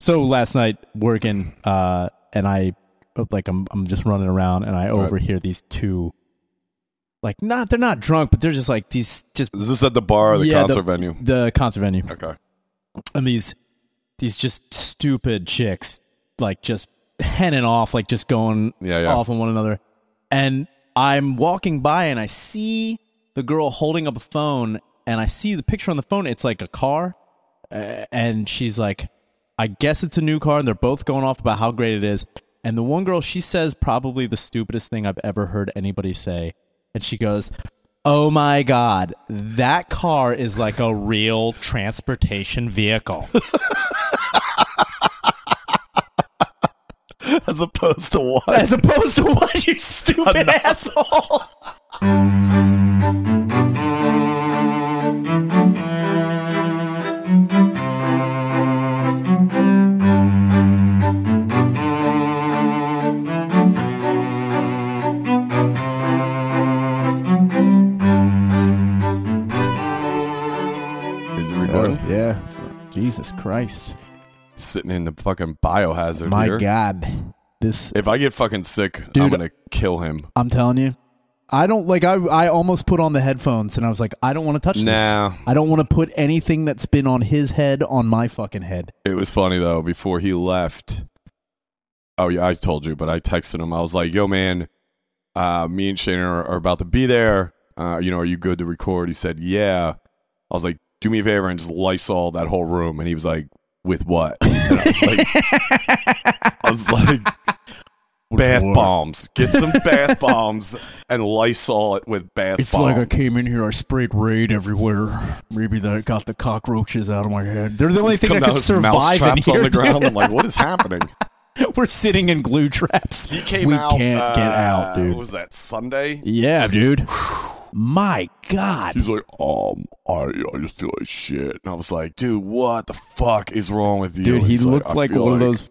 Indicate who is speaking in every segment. Speaker 1: So last night working, uh, and I like I'm I'm just running around and I overhear these two, like not they're not drunk, but they're just like these just
Speaker 2: Is this at the bar or the
Speaker 1: yeah,
Speaker 2: concert venue?
Speaker 1: the concert venue,
Speaker 2: Okay.
Speaker 1: and these these just stupid chicks like just henning off, like just going
Speaker 2: Yeah, yeah.
Speaker 1: off on one another, and I'm walking by and I see the girl holding up a phone, and I see the picture on the phone. It's like a car, and she's like, I guess it's a new car, and they're both going off about how great it is. And the one girl, she says probably the stupidest thing I've ever heard anybody say. And she goes, Oh my God, that car is like a real transportation vehicle.
Speaker 2: As opposed to what?
Speaker 1: As opposed to what, you stupid asshole.
Speaker 2: Is it recording?
Speaker 1: yeah. Jesus Christ.
Speaker 2: Sitting in the fucking biohazard.
Speaker 1: My
Speaker 2: here.
Speaker 1: God. This,
Speaker 2: If I get fucking sick, I'm
Speaker 1: Dude.
Speaker 2: gonna kill him.
Speaker 1: I'm telling you. I don't like I I almost put on the headphones and I was like I don't want to touch this.
Speaker 2: Nah.
Speaker 1: I don't want to put anything that's been on his head on my fucking head.
Speaker 2: It was funny though. Before he left, oh yeah, I told you, but I texted him. I was like, "Yo, man, uh, me and Shannon are, are about to be there. Uh, you know, are you good to record?" He said, "Yeah." I was like, "Do me a favor and just lysol that whole room." And he was like, "With what?" And I was like, I was like "Bath
Speaker 1: what?"
Speaker 2: bombs. Get some bath bombs and lysol it with bath bombs."
Speaker 1: came in here, I sprayed raid everywhere. Maybe that got the cockroaches out of my head. They're the only
Speaker 2: Just
Speaker 1: thing
Speaker 2: come
Speaker 1: that
Speaker 2: down
Speaker 1: could
Speaker 2: with mouse
Speaker 1: survive in
Speaker 2: traps
Speaker 1: here.
Speaker 2: on the ground.
Speaker 1: dude.
Speaker 2: I'm like, "What is happening?"
Speaker 1: We're sitting in glue traps.
Speaker 2: He came
Speaker 1: we
Speaker 2: out.
Speaker 1: can't get
Speaker 2: uh,
Speaker 1: out,
Speaker 2: What
Speaker 1: dude.
Speaker 2: was that Sunday?
Speaker 1: Yeah, dude. my God.
Speaker 2: He's like, um, I, I just feel like shit, and I was like, dude, what the fuck is wrong with you?
Speaker 1: Dude, he
Speaker 2: He's
Speaker 1: looked
Speaker 2: "I
Speaker 1: like
Speaker 2: feel
Speaker 1: one of those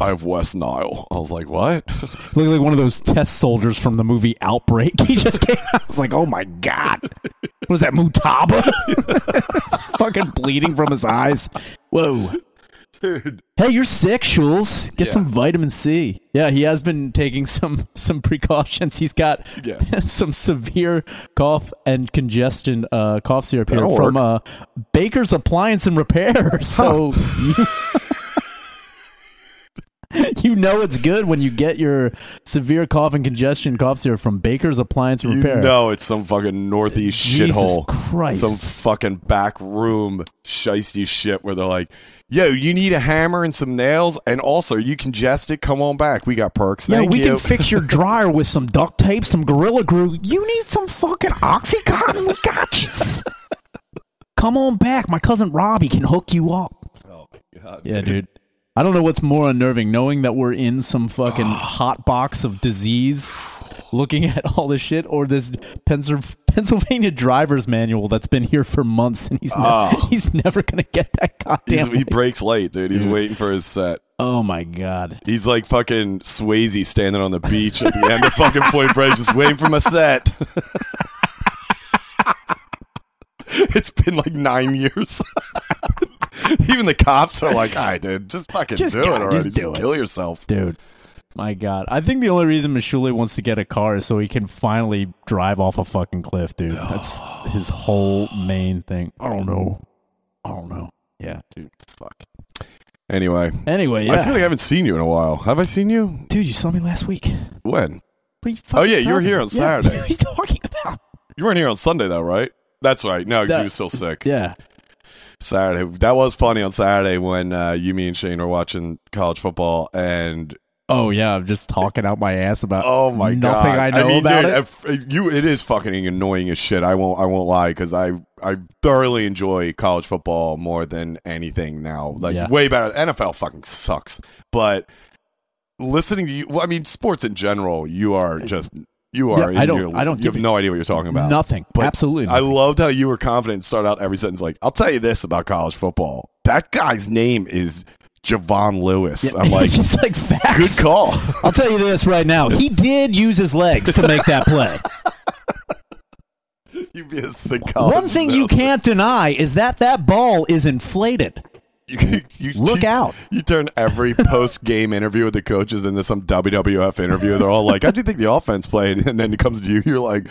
Speaker 2: I have West Nile. I was like, what?
Speaker 1: looked like one of those test soldiers from the movie Outbreak. He just came out. I was like, oh my God. What is that, Mutaba? It's fucking bleeding from his eyes. Whoa.
Speaker 2: dude,
Speaker 1: Hey, you're sexuals. Get
Speaker 2: Yeah.
Speaker 1: some vitamin C. Yeah, he has been taking some some precautions. He's got
Speaker 2: Yeah.
Speaker 1: some severe cough and congestion uh, cough syrup here
Speaker 2: That'll
Speaker 1: from
Speaker 2: work.
Speaker 1: uh, Baker's Appliance and Repair. So you, you know it's good when you get your severe cough and congestion cough syrup from Baker's Appliance and
Speaker 2: you
Speaker 1: Repair.
Speaker 2: know it's some fucking northeast
Speaker 1: Jesus
Speaker 2: shithole,
Speaker 1: Christ.
Speaker 2: some fucking back room shisty shit where they're like, yo, you need a hammer and some nails, and also you congested. Come on back, we got perks.
Speaker 1: Yeah,
Speaker 2: Thank
Speaker 1: we
Speaker 2: you.
Speaker 1: can fix your dryer with some duct tape, some Gorilla Glue. You need some fucking OxyContin. We got you. Come on back. My cousin Robbie can hook you up.
Speaker 2: oh my god,
Speaker 1: Yeah, dude. I don't know what's more unnerving, knowing that we're in some fucking hot box of disease, looking at all this shit, or this Pensil- Pennsylvania driver's manual that's been here for months and he's, ne-
Speaker 2: Oh.
Speaker 1: he's never going to get that
Speaker 2: He's-
Speaker 1: goddamn.
Speaker 2: he breaks late, dude. He's waiting for his set.
Speaker 1: oh, my God.
Speaker 2: He's like fucking Swayze standing on the beach at the end of fucking Point Break, just waiting for my set. it's been like nine years. Even the cops are like, "All right, dude, just fucking
Speaker 1: Just
Speaker 2: do it
Speaker 1: go,
Speaker 2: already.
Speaker 1: just
Speaker 2: Just,
Speaker 1: do it."
Speaker 2: kill yourself."
Speaker 1: dude. My God, I think the only reason Mashule wants to get a car is so he can finally drive off a fucking cliff, dude. That's his whole main thing. I don't know. I don't know. Yeah, dude. Fuck.
Speaker 2: Anyway,
Speaker 1: Anyway, yeah,
Speaker 2: I feel like I haven't seen you in a while. Have I seen you?
Speaker 1: dude, you saw me last week. What
Speaker 2: When?
Speaker 1: are you fucking
Speaker 2: Oh, yeah, you were
Speaker 1: talking-
Speaker 2: here on Saturday.
Speaker 1: What are you talking about?
Speaker 2: You weren't here on Sunday though, right? That's right. No, because
Speaker 1: That-
Speaker 2: he was still sick.
Speaker 1: Yeah,
Speaker 2: Saturday. That was funny on Saturday when uh, you, me, and Shane were watching college football, and
Speaker 1: Oh yeah, I'm just talking out my ass about.
Speaker 2: Oh my god!
Speaker 1: nothing I know
Speaker 2: mean,
Speaker 1: about
Speaker 2: dude,
Speaker 1: it.
Speaker 2: if- you, it is fucking annoying as shit. I won't. I won't lie because I I thoroughly enjoy college football more than anything now. Like
Speaker 1: Yeah.
Speaker 2: way better. NFL fucking sucks, but listening to you, well, I mean, sports in general, you are just you
Speaker 1: Yeah,
Speaker 2: are.
Speaker 1: I
Speaker 2: in
Speaker 1: don't-
Speaker 2: your-
Speaker 1: I don't
Speaker 2: You
Speaker 1: give
Speaker 2: have
Speaker 1: a-
Speaker 2: no idea what you're talking about.
Speaker 1: Nothing.
Speaker 2: But
Speaker 1: Absolutely.
Speaker 2: I
Speaker 1: Nothing.
Speaker 2: loved how you were confident and started out every sentence like, "I'll tell you this about college football. That guy's name is Javon Lewis." I'm like,
Speaker 1: it's just like facts.
Speaker 2: good call.
Speaker 1: I'll tell you this right now. He did use his legs to make that play.
Speaker 2: You'd be a sick college
Speaker 1: One thing you
Speaker 2: Oh, announcer.
Speaker 1: can't deny is that that ball is inflated.
Speaker 2: You, you,
Speaker 1: Look
Speaker 2: you-
Speaker 1: out.
Speaker 2: You turn every post game interview with the coaches into some WWF interview. They're all like, I do think the offense played. And then it comes to you. You're like,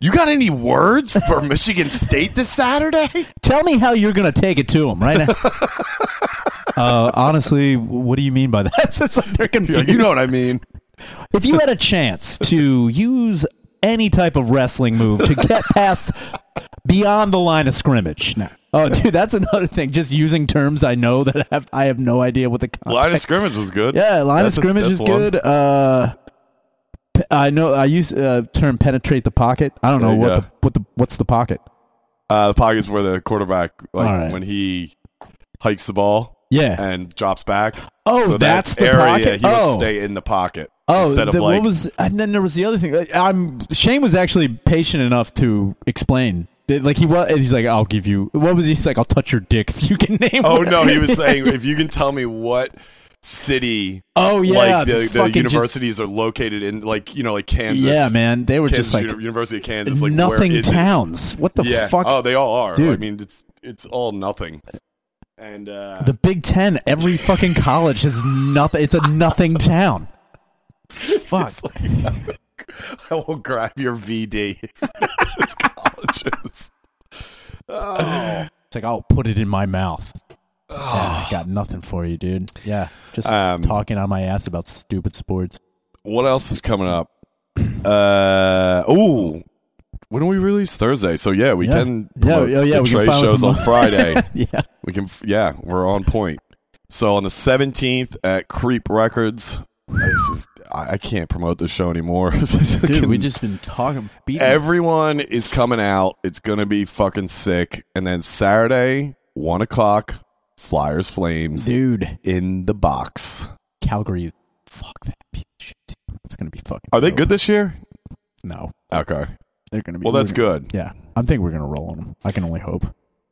Speaker 2: You got any words for Michigan State this Saturday?
Speaker 1: Tell me how you're going to take it to them right now. uh, honestly, what do you mean by that? it's just like they're
Speaker 2: You're
Speaker 1: confused.
Speaker 2: like, you know what I mean.
Speaker 1: If you had a chance to use any type of wrestling move to get past beyond the line of scrimmage. No. Oh, dude, that's another thing. Just using terms I know that I have, I have no idea what the context.
Speaker 2: Line of scrimmage was good.
Speaker 1: yeah, line
Speaker 2: That's a-
Speaker 1: of scrimmage
Speaker 2: that's
Speaker 1: is
Speaker 2: one.
Speaker 1: good. Uh, pe- I know I use uh, term penetrate the pocket. I don't know
Speaker 2: There you
Speaker 1: what
Speaker 2: go.
Speaker 1: the, what the what's the pocket.
Speaker 2: Uh, the pockets where the quarterback, like
Speaker 1: All right.
Speaker 2: when he hikes the ball
Speaker 1: Yeah.
Speaker 2: and drops back.
Speaker 1: Oh,
Speaker 2: so
Speaker 1: that's
Speaker 2: that
Speaker 1: the
Speaker 2: area,
Speaker 1: pocket?
Speaker 2: He would
Speaker 1: Oh.
Speaker 2: stay in the pocket
Speaker 1: Oh,
Speaker 2: instead of
Speaker 1: the-
Speaker 2: like
Speaker 1: what was? And then there was the other thing. Like, I'm Shane was actually patient enough to explain. That, Like he was, he's like, "I'll give you." What was he? He's like, "I'll touch your dick if you can name."
Speaker 2: Oh
Speaker 1: it."
Speaker 2: no, he was saying if you can tell me what city
Speaker 1: Oh yeah,
Speaker 2: like the, the,
Speaker 1: fucking just-
Speaker 2: universities are located in like you know like Kansas.
Speaker 1: yeah, man, they were just
Speaker 2: Kansas
Speaker 1: like
Speaker 2: Uni- University of Kansas like
Speaker 1: nothing
Speaker 2: where is it?
Speaker 1: towns. What the
Speaker 2: yeah.
Speaker 1: fuck?
Speaker 2: Oh, they all are. I
Speaker 1: Dude.
Speaker 2: mean, it's it's all nothing. And uh
Speaker 1: the Big Ten. Every fucking college has nothing. It's a nothing town. Fuck.
Speaker 2: I will grab your VD. It's colleges. Oh.
Speaker 1: It's like I'll put it in my mouth. Yeah, I got nothing for you, dude. Yeah, just
Speaker 2: Ah. Um,
Speaker 1: talking on my ass about stupid sports.
Speaker 2: What else is coming up? Uh oh. When do we release Thursday? So yeah, we
Speaker 1: Yeah.
Speaker 2: can
Speaker 1: Yeah, oh,
Speaker 2: promote
Speaker 1: yeah, yeah,
Speaker 2: the
Speaker 1: we can
Speaker 2: trade
Speaker 1: finally
Speaker 2: shows on
Speaker 1: promote-
Speaker 2: Friday.
Speaker 1: Yeah.
Speaker 2: We can, f- yeah, we're on point. So on the seventeenth at Creep Records, this is I, I can't promote this show anymore.
Speaker 1: Dude, we just been talking. Beating
Speaker 2: everyone is coming out. It's gonna be fucking sick. And then Saturday, one o'clock, Flyers Flames
Speaker 1: dude,
Speaker 2: in the box.
Speaker 1: Calgary. Fuck that piece of shit. dude. It's gonna be fucking.
Speaker 2: Are they
Speaker 1: dope.
Speaker 2: good this year?
Speaker 1: No,
Speaker 2: Okay,
Speaker 1: they're gonna be.
Speaker 2: well that's
Speaker 1: we're
Speaker 2: good.
Speaker 1: gonna- Yeah, I think we're gonna roll on them. I can only hope.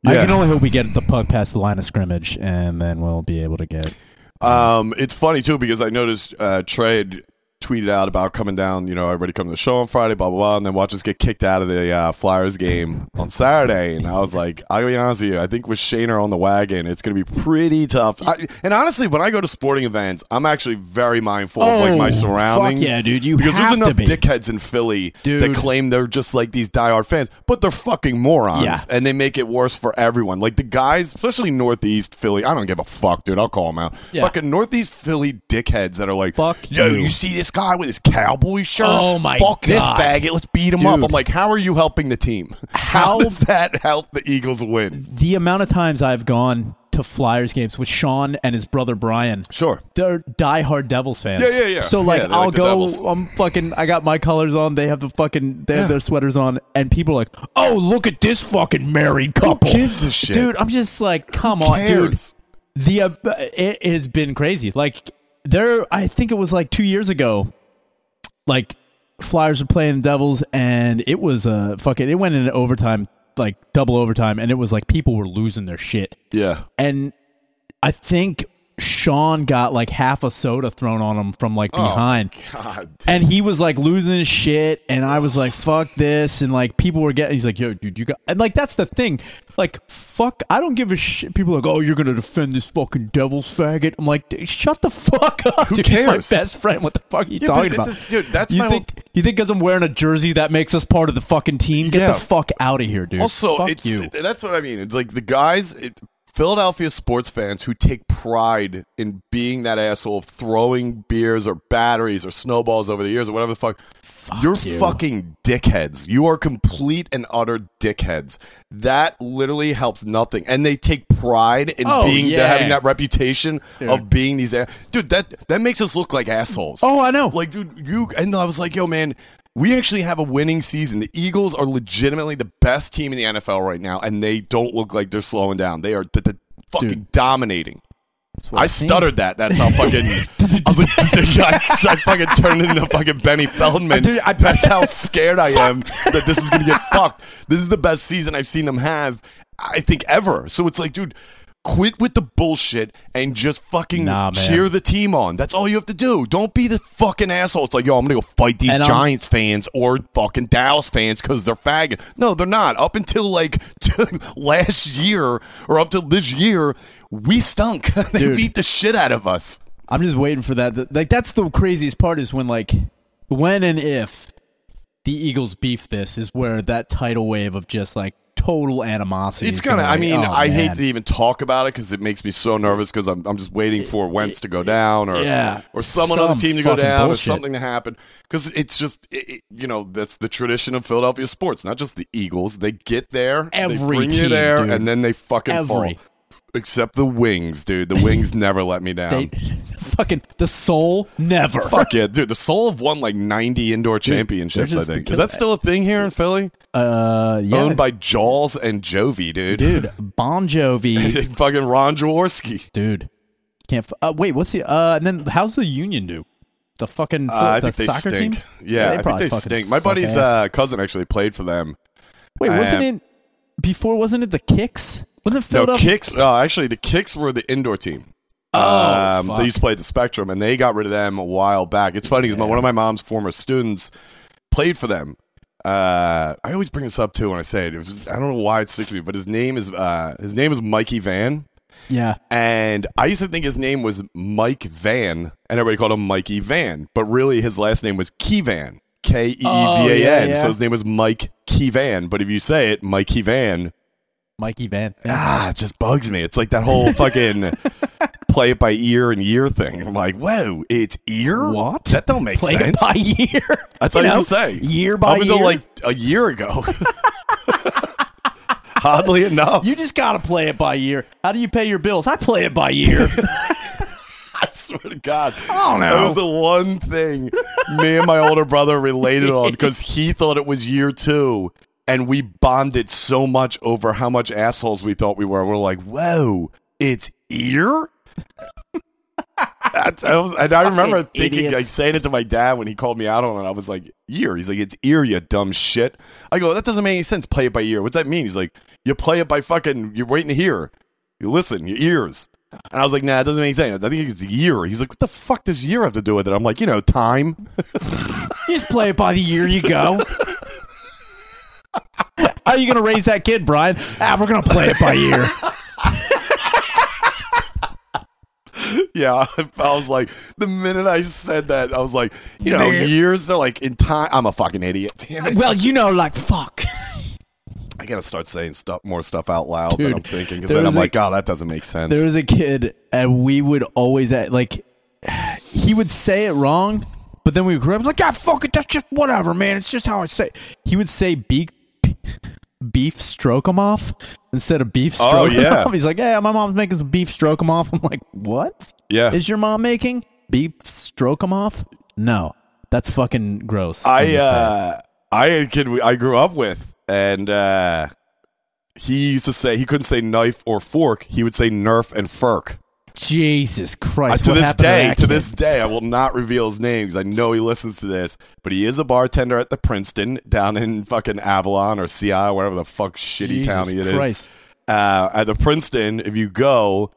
Speaker 1: I
Speaker 2: Yeah.
Speaker 1: can only hope we get the puck past the line of scrimmage, and then we'll be able to get.
Speaker 2: Um, it's funny too because I noticed uh, Trey had tweeted out about coming down. You know, everybody come to the show on Friday, blah blah blah, and then watch us get kicked out of the uh, Flyers game on Saturday. And I was like, I'll be honest with you, I think with Shaner on the wagon, it's going to be pretty tough. I, and honestly, when I go to sporting events, I'm actually very mindful of like my
Speaker 1: Oh, fuck
Speaker 2: surroundings.
Speaker 1: yeah, dude, you
Speaker 2: because
Speaker 1: have
Speaker 2: there's
Speaker 1: to
Speaker 2: enough
Speaker 1: be.
Speaker 2: dickheads in Philly that
Speaker 1: Dude.
Speaker 2: claim they're just like these diehard fans, but they're fucking morons
Speaker 1: Yeah.
Speaker 2: and they make it worse for everyone. Like the guys, especially Northeast Philly. I don't give a fuck, dude. I'll call them out.
Speaker 1: Yeah.
Speaker 2: Fucking Northeast Philly dickheads that are like,
Speaker 1: Fuck
Speaker 2: yo,
Speaker 1: you.
Speaker 2: you. see this guy with his cowboy shirt?
Speaker 1: Oh my
Speaker 2: fuck this
Speaker 1: God.
Speaker 2: faggot. Let's beat him up.
Speaker 1: Dude.
Speaker 2: I'm like, how are you helping the team? How
Speaker 1: How-
Speaker 2: does that help the Eagles win?
Speaker 1: The amount of times I've gone to Flyers games with Sean and his brother Brian.
Speaker 2: Sure.
Speaker 1: They're diehard Devils fans.
Speaker 2: Yeah, yeah, yeah.
Speaker 1: So
Speaker 2: Yeah,
Speaker 1: like,
Speaker 2: they like
Speaker 1: I'll
Speaker 2: the
Speaker 1: go.
Speaker 2: Devils.
Speaker 1: I'm fucking. I got my colors on. They have the fucking. They
Speaker 2: Yeah.
Speaker 1: have their sweaters on, and people are like, "Oh, look at this fucking married couple."
Speaker 2: gives a shit?
Speaker 1: dude? I'm just like, come on, dude.
Speaker 2: Cares?
Speaker 1: The uh, it, it has been crazy. Like there, I think it was like two years ago. Like Flyers were playing the Devils, and it was a uh, fucking. It went into overtime, like double overtime, and it was like people were losing their shit
Speaker 2: Yeah.
Speaker 1: and I think Sean got like half a soda thrown on him from like behind.
Speaker 2: God.
Speaker 1: And he was like losing his shit, and I was like, "Fuck this!" And like people were getting, he's like, "Yo, dude, you got," and like that's the thing, like, "Fuck, I don't give a shit." People are like, "Oh, you're gonna defend this fucking devil's faggot?" I'm like, dude, "Shut the fuck up, dude! He's
Speaker 2: cares?
Speaker 1: my best friend. What the fuck are you
Speaker 2: Yeah, but
Speaker 1: talking
Speaker 2: it
Speaker 1: about,
Speaker 2: just- dude, that's
Speaker 1: you
Speaker 2: my
Speaker 1: think you think because I'm wearing a jersey that makes us part of the fucking team? Get
Speaker 2: Yeah.
Speaker 1: the fuck out of here, dude!
Speaker 2: Also,
Speaker 1: fuck
Speaker 2: it's
Speaker 1: you.
Speaker 2: that's what I mean. It's like the guys, it, Philadelphia sports fans who take pride in being that asshole of throwing beers or batteries or snowballs over the ears or whatever the fuck. You're
Speaker 1: you.
Speaker 2: fucking dickheads. You are complete and utter dickheads. That literally helps nothing. And they take pride in
Speaker 1: Oh,
Speaker 2: being
Speaker 1: yeah.
Speaker 2: having that reputation of being these a- dude. That that makes us look like assholes.
Speaker 1: Oh, I know.
Speaker 2: Like, dude, you and I was like, yo, man, we actually have a winning season. The Eagles are legitimately the best team in the NFL right now, and they don't look like they're slowing down. They are d- d- fucking
Speaker 1: Dude.
Speaker 2: dominating.
Speaker 1: what
Speaker 2: I,
Speaker 1: I think.
Speaker 2: stuttered that. That's how fucking. I was like, I, I fucking turned into fucking Benny Feldman.
Speaker 1: Dude, I-
Speaker 2: That's how scared I am that this is gonna get fucked. This is the best season I've seen them have, I think ever. So it's like, dude, quit with the bullshit and just fucking
Speaker 1: Nah, man.
Speaker 2: cheer the team on. That's all you have to do. Don't be the fucking asshole. It's like, yo, I'm gonna go fight these
Speaker 1: And I'm-
Speaker 2: Giants fans or fucking Dallas fans because they're faggot. No, they're not. Up until like last year or up till this year, we stunk. they
Speaker 1: Dude.
Speaker 2: beat the shit out of us.
Speaker 1: I'm just waiting for that. Th- Like that's the craziest part is when like when and if the Eagles beef this is where that tidal wave of just like total animosity.
Speaker 2: It's
Speaker 1: is gonna.
Speaker 2: gonna. I
Speaker 1: be-
Speaker 2: mean,
Speaker 1: oh,
Speaker 2: I hate
Speaker 1: man.
Speaker 2: to even talk about it because it makes me so nervous because I'm, I'm just waiting for Wentz to go down or
Speaker 1: Yeah.
Speaker 2: or someone on the
Speaker 1: Some
Speaker 2: team to go
Speaker 1: fucking
Speaker 2: down
Speaker 1: bullshit.
Speaker 2: or something to happen because it's just it, it- you know that's the tradition of Philadelphia sports. Not just the Eagles. They get there, they
Speaker 1: Every
Speaker 2: bring you
Speaker 1: team,
Speaker 2: there,
Speaker 1: dude.
Speaker 2: and then they fucking fall.
Speaker 1: Every.
Speaker 2: Except the Wings, dude. The Wings never let me down.
Speaker 1: They, fucking the soul never.
Speaker 2: Fuck yeah, dude. The Soul have won like 90 indoor championships,
Speaker 1: they're
Speaker 2: I
Speaker 1: just
Speaker 2: think.
Speaker 1: the-
Speaker 2: Is that still a thing here in Philly?
Speaker 1: Uh, yeah,
Speaker 2: Owned by Jaws and Jovi, dude.
Speaker 1: dude. Bon Jovi,
Speaker 2: fucking Ron Jaworski.
Speaker 1: dude. Can't. F- uh, wait, what's the? Uh, and then how's the Union do? The fucking.
Speaker 2: Uh, I
Speaker 1: the
Speaker 2: think they
Speaker 1: soccer
Speaker 2: stink.
Speaker 1: team.
Speaker 2: Yeah, I think
Speaker 1: probably
Speaker 2: they
Speaker 1: fucking
Speaker 2: stink. My
Speaker 1: suck
Speaker 2: buddy's
Speaker 1: ass.
Speaker 2: uh, cousin actually played for them.
Speaker 1: Wait, wasn't
Speaker 2: um,
Speaker 1: it before? Wasn't it the Kicks? Wasn't it
Speaker 2: No,
Speaker 1: Philadelphia?
Speaker 2: kicks. Uh, actually, the kicks were the indoor team.
Speaker 1: Oh,
Speaker 2: um,
Speaker 1: fuck.
Speaker 2: they used to play at the Spectrum, and they got rid of them a while back. It's funny because one of my mom's former students played for them. Uh, I always bring this up too when I say it. it was just- I don't know why it sticks to me, but his name is uh, his name is Mikey Van,
Speaker 1: yeah.
Speaker 2: and I used to think his name was Mike Van, and everybody called him Mikey Van, but really his last name was Kevan, K E E V
Speaker 1: Oh,
Speaker 2: A
Speaker 1: yeah,
Speaker 2: N.
Speaker 1: yeah.
Speaker 2: So his name was Mike Kevan, but if you say it, Mike Kevan,
Speaker 1: Mikey Van. Yeah.
Speaker 2: ah, it just bugs me. It's like that whole fucking play it by ear and year thing. I'm like, whoa, it's ear?
Speaker 1: What?
Speaker 2: That don't make
Speaker 1: Played
Speaker 2: sense.
Speaker 1: it by year.
Speaker 2: That's
Speaker 1: You
Speaker 2: all I
Speaker 1: know?
Speaker 2: used to say.
Speaker 1: Year by
Speaker 2: Up until
Speaker 1: year.
Speaker 2: like a year ago. Oddly enough.
Speaker 1: you just gotta play it by year. How do you pay your bills? I play it by year.
Speaker 2: I swear to God.
Speaker 1: don't know.
Speaker 2: That was the one thing me and my older brother related on because he thought it was year two. And we bonded so much over how much assholes we thought we were. We're like, whoa, it's ear? That's- I was- and I remember
Speaker 1: Fucking
Speaker 2: thinking, like
Speaker 1: idiots.
Speaker 2: saying it to my dad when he called me out on it. I was like, "Year." He's like, "It's ear, you dumb shit." I go, "That doesn't make any sense. Play it by ear. What's that mean?" He's like, "You play it by fucking. You're waiting to hear. You listen. Your ears." And I was like, "Nah, it doesn't make any sense. I think it's year." He's like, "What the fuck does year have to do with it?" I'm like, "You know, time."
Speaker 1: you just play it by the year you go. How are you gonna raise that kid, Brian? Ah, we're gonna play it by year.
Speaker 2: yeah, I was like, the minute I said that, I was like, you know,
Speaker 1: Man.
Speaker 2: years are like in time. I'm a fucking idiot. Damn it.
Speaker 1: well, you know, like fuck.
Speaker 2: I gotta start saying stuff more stuff out loud than
Speaker 1: Dude,
Speaker 2: I'm thinking because
Speaker 1: there
Speaker 2: then I'm
Speaker 1: was a-
Speaker 2: like, oh, that doesn't make sense.
Speaker 1: There was a kid, and we would always act, like he would say it wrong, but then we grew up like, ah, fuck it, that's just whatever, man. It's just how I say. It. He would say beef, beef stroke 'em off instead of beef stroke.
Speaker 2: Oh, yeah.
Speaker 1: off. He's like, yeah, my mom's making some beef stroke 'em off. I'm like, what?
Speaker 2: Yeah.
Speaker 1: Is your mom making beef stroke 'em off? No, that's fucking gross.
Speaker 2: I uh, I had a kid we- I grew up with, and uh, he used to say he couldn't say knife or fork. He would say nerf and furk.
Speaker 1: Jesus Christ!
Speaker 2: to
Speaker 1: what
Speaker 2: this
Speaker 1: happened
Speaker 2: day,
Speaker 1: that
Speaker 2: to
Speaker 1: kid?
Speaker 2: this day, I will not reveal his name because I know he listens to this. But he is a bartender at the Princeton down in fucking Avalon or CI, whatever the fuck shitty
Speaker 1: Jesus
Speaker 2: town it is.
Speaker 1: Christ.
Speaker 2: Uh, at the Princeton, if you go,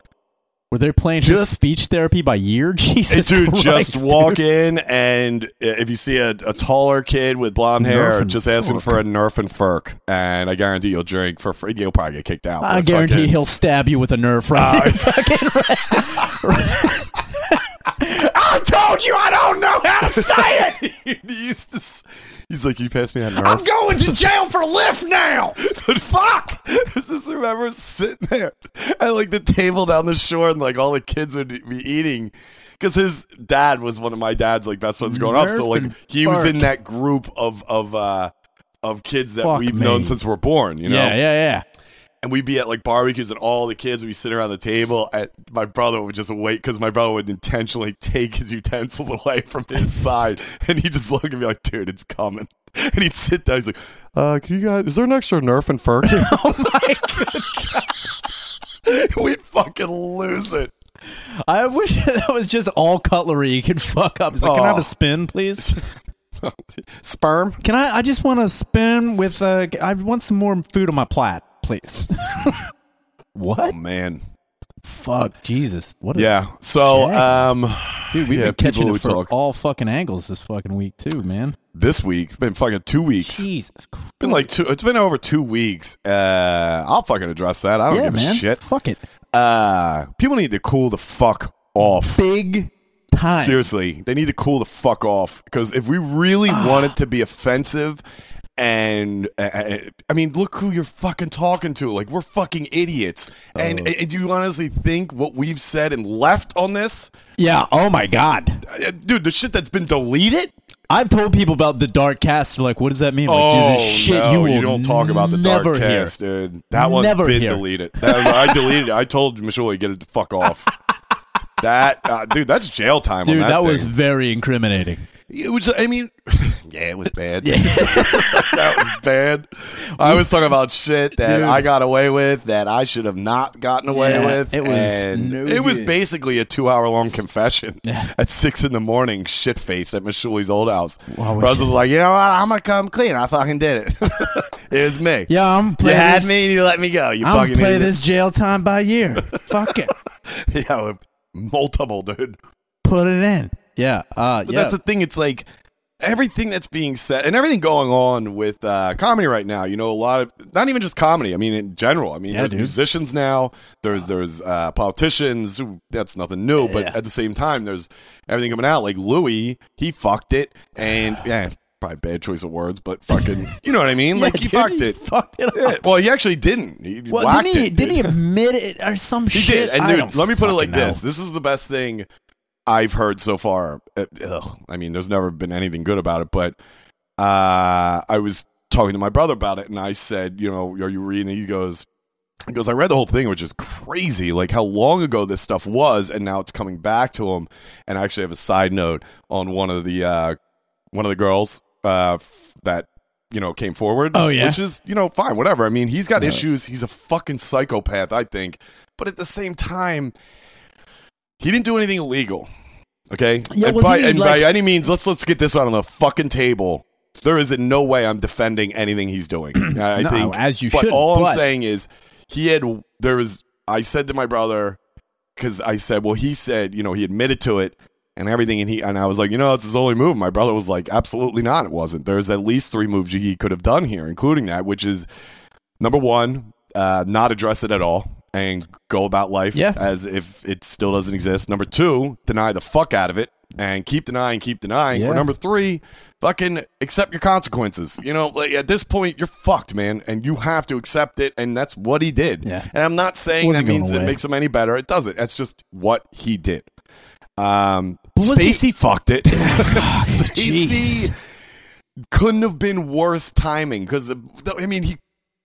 Speaker 1: Were they playing his
Speaker 2: Just-
Speaker 1: speech therapy by year? Jesus
Speaker 2: dude,
Speaker 1: Christ,
Speaker 2: just
Speaker 1: dude.
Speaker 2: walk in, and uh, if you see a, a taller kid with blonde
Speaker 1: Nerf
Speaker 2: hair,
Speaker 1: and
Speaker 2: just ask him
Speaker 1: Ferk.
Speaker 2: for a Nerf and Ferk, and I guarantee you'll drink for free. You'll probably get kicked out.
Speaker 1: I
Speaker 2: but
Speaker 1: guarantee
Speaker 2: fucking-
Speaker 1: he'll stab you with a nerf right. I told you I don't know how to say it.
Speaker 2: he used to. s- He's like, you passed me that Nerf.
Speaker 1: going to jail for lift now.
Speaker 2: But fuck! I just remember sitting there at like the table down the shore, and like all the kids would be eating. Because his dad was one of my dad's like best friends growing up, so
Speaker 1: Nerf
Speaker 2: like
Speaker 1: and
Speaker 2: he was
Speaker 1: Ferk.
Speaker 2: in that group of of uh of kids that
Speaker 1: Fuck
Speaker 2: we've
Speaker 1: me.
Speaker 2: known since we're born. You know,
Speaker 1: Yeah, yeah, yeah.
Speaker 2: and we'd be at like barbecues and all the kids would be sitting around the table and my brother would just wait because my brother would intentionally take his utensils away from his side and he'd just look and be like dude it's coming and he'd sit down he's like uh can you guys is there an extra nerf and fur oh my god we'd fucking lose it
Speaker 1: I wish that was just all cutlery you could fuck up. He's like, can I have
Speaker 2: Aw.
Speaker 1: a spin, please?
Speaker 2: sperm
Speaker 1: Oh. Can I? I just want a spin with. Uh, I want some more food on my plate, please. what?
Speaker 2: Oh, man
Speaker 1: Fuck, Jesus. What a
Speaker 2: Yeah. So,
Speaker 1: Jack.
Speaker 2: um,
Speaker 1: Dude, we've
Speaker 2: yeah,
Speaker 1: been catching
Speaker 2: people
Speaker 1: it
Speaker 2: who
Speaker 1: for
Speaker 2: talk.
Speaker 1: all fucking angles this fucking week too, man.
Speaker 2: this week, been fucking two weeks.
Speaker 1: Jesus Christ.
Speaker 2: Been like two, it's been over two weeks. Uh, I'll fucking address that. I don't
Speaker 1: yeah,
Speaker 2: give a
Speaker 1: man.
Speaker 2: shit.
Speaker 1: Fuck it.
Speaker 2: Uh, people need to cool the fuck off.
Speaker 1: Big time.
Speaker 2: Seriously, they need to cool the fuck off because if we really
Speaker 1: Ah.
Speaker 2: want it to be offensive, and uh, I mean, look who you're fucking talking to. Like we're fucking idiots. And,
Speaker 1: Oh.
Speaker 2: and do you honestly think what we've said and left on this,
Speaker 1: Yeah. Oh my God.
Speaker 2: Uh, dude? The shit that's been deleted.
Speaker 1: I've told people about the dark cast. They're like, what does that mean? I'm like, dude, this shit
Speaker 2: Oh, no,
Speaker 1: you will
Speaker 2: don't talk about the dark
Speaker 1: never hear.
Speaker 2: cast, dude. That one's
Speaker 1: Never
Speaker 2: been
Speaker 1: hear.
Speaker 2: deleted. That- I deleted. it. I told Michelle, get it the fuck off. that uh, dude, that's jail time. on
Speaker 1: Dude,
Speaker 2: that,
Speaker 1: that, was
Speaker 2: thing.
Speaker 1: very incriminating.
Speaker 2: It was. I mean, yeah, it was bad. that was bad. I was talking about shit that
Speaker 1: Dude.
Speaker 2: I got away with that I should have not gotten away
Speaker 1: Yeah,
Speaker 2: with.
Speaker 1: it was
Speaker 2: and
Speaker 1: no
Speaker 2: it was
Speaker 1: good.
Speaker 2: basically a two-hour-long confession at six in the morning, shit face at Michelle's old house.
Speaker 1: Wow,
Speaker 2: Where I was
Speaker 1: she-
Speaker 2: just like, you know what? I'm gonna come clean. I fucking did it. it was me.
Speaker 1: Yeah, I'm
Speaker 2: You
Speaker 1: playing.
Speaker 2: had
Speaker 1: this,
Speaker 2: me and you let me go. You
Speaker 1: I'm
Speaker 2: fucking
Speaker 1: play
Speaker 2: idiot.
Speaker 1: this jail time by year. Fuck it.
Speaker 2: Yeah, multiple, dude.
Speaker 1: Put it in. Yeah. Uh,
Speaker 2: But
Speaker 1: yeah.
Speaker 2: that's the thing. It's like everything that's being said and everything going on with uh, comedy right now. You know, a lot of not even just comedy. I mean, in general. I mean,
Speaker 1: Yeah,
Speaker 2: there's
Speaker 1: dude.
Speaker 2: musicians now. There's there's uh, politicians. who- That's nothing new. But
Speaker 1: Yeah.
Speaker 2: at the same time, there's everything coming out. Like Louis, he fucked it, and yeah, probably bad choice of words, but fucking, you know what I mean?
Speaker 1: Yeah,
Speaker 2: like he
Speaker 1: dude,
Speaker 2: fucked it.
Speaker 1: Fucked it up.
Speaker 2: Yeah, well, he actually didn't. He
Speaker 1: Well,
Speaker 2: whacked
Speaker 1: didn't he?
Speaker 2: it,
Speaker 1: didn't he
Speaker 2: dude.
Speaker 1: admit it or some
Speaker 2: He
Speaker 1: shit?
Speaker 2: did. And
Speaker 1: I
Speaker 2: dude,
Speaker 1: don't
Speaker 2: let me put it like
Speaker 1: fucking know.
Speaker 2: this: This is the best thing I've heard so far. Uh, ugh. I mean, there's never been anything good about it, but uh, I was talking to my brother about it, and I said, you know, are you reading? it?" He goes. He goes, I read the whole thing, which is crazy. Like how long ago this stuff was, and now it's coming back to him. And I actually have a side note on one of the uh, one of the girls uh, f- that you know came forward.
Speaker 1: Oh, yeah?
Speaker 2: which is you know fine, whatever. I mean, he's got issues. He's a fucking psychopath, I think. But at the same time, he didn't do anything illegal. Okay,
Speaker 1: Yeah,
Speaker 2: and,
Speaker 1: was
Speaker 2: by,
Speaker 1: he,
Speaker 2: and
Speaker 1: like-
Speaker 2: by any means, let's let's get this on the fucking table. There is in no way I'm defending anything he's doing. I
Speaker 1: No,
Speaker 2: think
Speaker 1: as you
Speaker 2: but
Speaker 1: should,
Speaker 2: all
Speaker 1: but-
Speaker 2: I'm saying is he had there was. I said to my brother because I said, well, he said, you know, he admitted to it and everything, and he and I was like, you know, it's his only move. My brother was like, absolutely not. It wasn't. There's at least three moves he could have done here, including that, which is number one, uh, not address it at all and go about life
Speaker 1: Yeah.
Speaker 2: as if it still doesn't exist. Number two, deny the fuck out of it and keep denying, keep denying.
Speaker 1: Yeah.
Speaker 2: Or number three, fucking accept your consequences. You know, like at this point, you're fucked, man, and you have to accept it. And that's what he did.
Speaker 1: Yeah.
Speaker 2: And I'm not saying
Speaker 1: Wasn't
Speaker 2: that
Speaker 1: going
Speaker 2: means it
Speaker 1: away.
Speaker 2: makes him any better. It doesn't. That's just what he did. Um,
Speaker 1: But was he-
Speaker 2: Spacey fucked it. Spacey
Speaker 1: Jesus.
Speaker 2: couldn't have been worse timing because I mean he.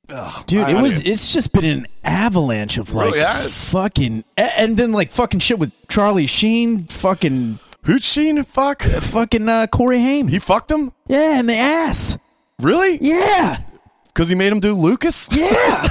Speaker 2: ugh,
Speaker 1: Dude,
Speaker 2: I-
Speaker 1: it
Speaker 2: I
Speaker 1: was.
Speaker 2: don't-
Speaker 1: It's just been an avalanche of like
Speaker 2: really has.
Speaker 1: fucking, a- and then like fucking shit with Charlie Sheen, fucking,
Speaker 2: Who'd Sheen fuck?
Speaker 1: fucking uh, Corey Haim.
Speaker 2: He fucked him?
Speaker 1: yeah, in the ass.
Speaker 2: Really?
Speaker 1: Yeah,
Speaker 2: Because he made him do Lucas?
Speaker 1: yeah.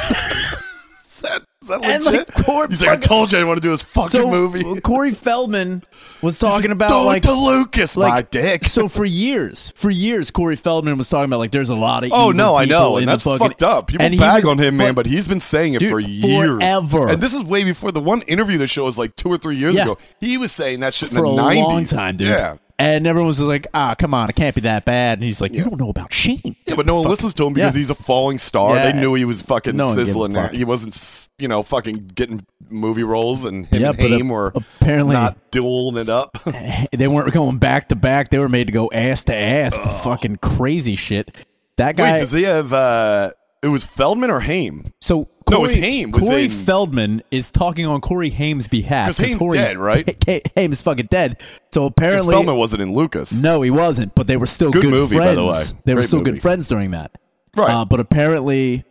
Speaker 2: Is that, is that
Speaker 1: And,
Speaker 2: legit?
Speaker 1: like, poor
Speaker 2: He's like, I
Speaker 1: fucking-
Speaker 2: told you I didn't want to do this fucking
Speaker 1: so uh,
Speaker 2: movie.
Speaker 1: Corey Feldman was talking
Speaker 2: do
Speaker 1: about
Speaker 2: it
Speaker 1: like
Speaker 2: to Lucas,
Speaker 1: like-
Speaker 2: my dick.
Speaker 1: so for years, for years, Corey Feldman was talking about like there's a lot of
Speaker 2: Oh
Speaker 1: evil
Speaker 2: no, I
Speaker 1: people in
Speaker 2: know, and
Speaker 1: the
Speaker 2: that's
Speaker 1: fucking-
Speaker 2: fucked up. People
Speaker 1: and he
Speaker 2: bag
Speaker 1: was-
Speaker 2: on him, man, but he's been saying it
Speaker 1: Dude,
Speaker 2: for years,
Speaker 1: forever.
Speaker 2: And this is way before the one interview the show was like two or three years
Speaker 1: Yeah.
Speaker 2: ago. He was saying that shit in
Speaker 1: for
Speaker 2: the
Speaker 1: a
Speaker 2: 90s.
Speaker 1: long time, dude.
Speaker 2: Yeah,
Speaker 1: And everyone was like, "Ah, come on, it can't be that bad." And he's like, "You don't know about Sheen."
Speaker 2: yeah, but no one
Speaker 1: Fuck.
Speaker 2: listens to him because
Speaker 1: Yeah.
Speaker 2: he's a falling star.
Speaker 1: Yeah.
Speaker 2: They knew he was fucking
Speaker 1: No one gave a
Speaker 2: sizzling.
Speaker 1: fuck.
Speaker 2: He wasn't, s- you know, fucking getting movie roles, and him
Speaker 1: Yeah,
Speaker 2: and
Speaker 1: but
Speaker 2: Haim
Speaker 1: a-
Speaker 2: were
Speaker 1: apparently-
Speaker 2: not dueling it up.
Speaker 1: They weren't going back to back. They were made to go ass to ass. Fucking crazy shit. That guy.
Speaker 2: Wait, does he have? uh It was Feldman or Haim?
Speaker 1: so
Speaker 2: No, it
Speaker 1: Corey,
Speaker 2: was Haim was
Speaker 1: Corey
Speaker 2: in-
Speaker 1: Feldman is talking on Corey Haim's behalf
Speaker 2: 'Cause Haim's
Speaker 1: Corey-
Speaker 2: dead, right?
Speaker 1: Ha- Haim is fucking dead. So apparently,
Speaker 2: Feldman wasn't in Lucas.
Speaker 1: No, he wasn't. But they were still
Speaker 2: Good
Speaker 1: good,
Speaker 2: movie, by
Speaker 1: friends.
Speaker 2: the way.
Speaker 1: They were
Speaker 2: Great
Speaker 1: still
Speaker 2: movie.
Speaker 1: good friends during that.
Speaker 2: Right.
Speaker 1: Uh, but apparently,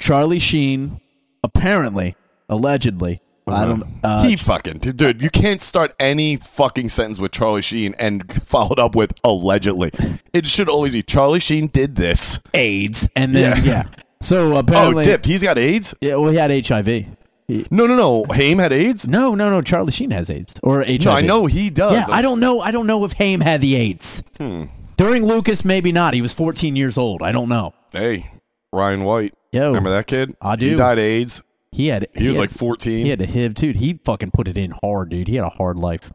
Speaker 1: Charlie Sheen, apparently, allegedly,
Speaker 2: Uh-huh.
Speaker 1: I don't. Uh,
Speaker 2: he fucking dude, dude, You can't start any fucking sentence with Charlie Sheen and followed up with allegedly. It should always be Charlie Sheen did this.
Speaker 1: AIDS, and then
Speaker 2: Yeah.
Speaker 1: yeah. So
Speaker 2: Oh,
Speaker 1: apparently,
Speaker 2: dipped. He's got AIDS.
Speaker 1: Yeah, well, he had HIV.
Speaker 2: No, no, no. Haim had AIDS.
Speaker 1: No, no, no. Charlie Sheen has AIDS or HIV.
Speaker 2: No, I know he does.
Speaker 1: Yeah,
Speaker 2: I'm
Speaker 1: I don't know. I don't know if Haim had the AIDS.
Speaker 2: Hmm.
Speaker 1: During Lucas, maybe not. He was 14 years old. I don't know.
Speaker 2: s- Hey, Ryan White.
Speaker 1: Yo.
Speaker 2: remember that kid?
Speaker 1: I
Speaker 2: He
Speaker 1: do.
Speaker 2: died of AIDS.
Speaker 1: He had
Speaker 2: He was
Speaker 1: had-
Speaker 2: like 14.
Speaker 1: he had a HIV, dude. He fucking put it in hard, dude. He had a hard life.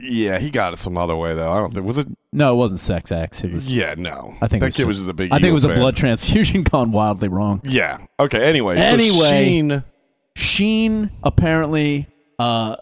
Speaker 2: yeah, he got it some other way though. I don't think was it.
Speaker 1: No, it wasn't sex acts. It was,
Speaker 2: Yeah, no.
Speaker 1: I think it
Speaker 2: that
Speaker 1: was
Speaker 2: kid
Speaker 1: just,
Speaker 2: was just a big.
Speaker 1: I think it was
Speaker 2: Eagles
Speaker 1: a
Speaker 2: fan.
Speaker 1: blood transfusion gone wildly wrong.
Speaker 2: Yeah. Okay. Anyway. so
Speaker 1: Anyway.
Speaker 2: Sheen-
Speaker 1: Sheen apparently, uh,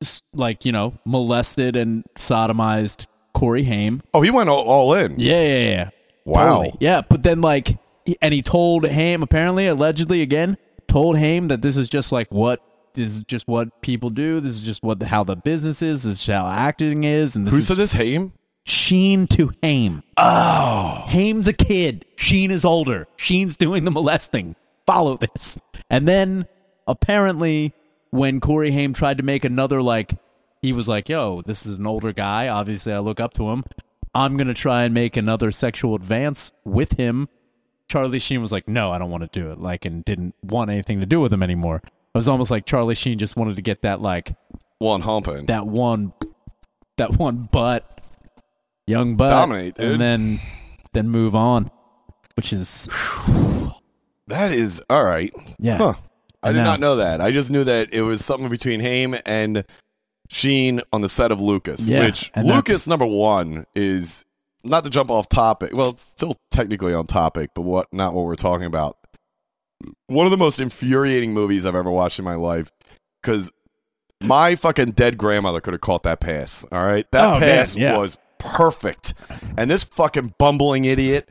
Speaker 1: s- like you know, molested and sodomized Corey Haim.
Speaker 2: oh, he went all, all in.
Speaker 1: Yeah, yeah, yeah.
Speaker 2: Wow.
Speaker 1: Totally. Yeah, but then like, he- and he told Haim apparently, allegedly again, told Haim that this is just like what this is just what people do. This is just what how the business is. This is how acting is. And this
Speaker 2: Who
Speaker 1: is
Speaker 2: said this? Haim.
Speaker 1: Sheen to Haim.
Speaker 2: Oh.
Speaker 1: Haim's a kid. Sheen is older. Sheen's doing the molesting. Follow this. And then apparently, when Corey Haim tried to make another, like, he was like, yo, this is an older guy. Obviously, I look up to him. I'm going to try and make another sexual advance with him. Charlie Sheen was like, no, I don't want to do it. Like, and didn't want anything to do with him anymore. It was almost like Charlie Sheen just wanted to get that, like,
Speaker 2: One humping.
Speaker 1: that one that one butt young butt
Speaker 2: Dominate, dude.
Speaker 1: and then then move on which is
Speaker 2: that is all right.
Speaker 1: yeah
Speaker 2: Huh. I
Speaker 1: And
Speaker 2: did
Speaker 1: now-
Speaker 2: not know that. I just knew that it was something between Haim and Sheen on the set of Lucas,
Speaker 1: Yeah,
Speaker 2: which
Speaker 1: and
Speaker 2: Lucas number one is not to jump off topic. Well, it's still technically on topic, but what not what we're talking about. One of the most infuriating movies I've ever watched in my life because my fucking dead grandmother could have caught that pass. All right, that
Speaker 1: Oh, man,
Speaker 2: pass
Speaker 1: yeah.
Speaker 2: was perfect, and this fucking bumbling idiot,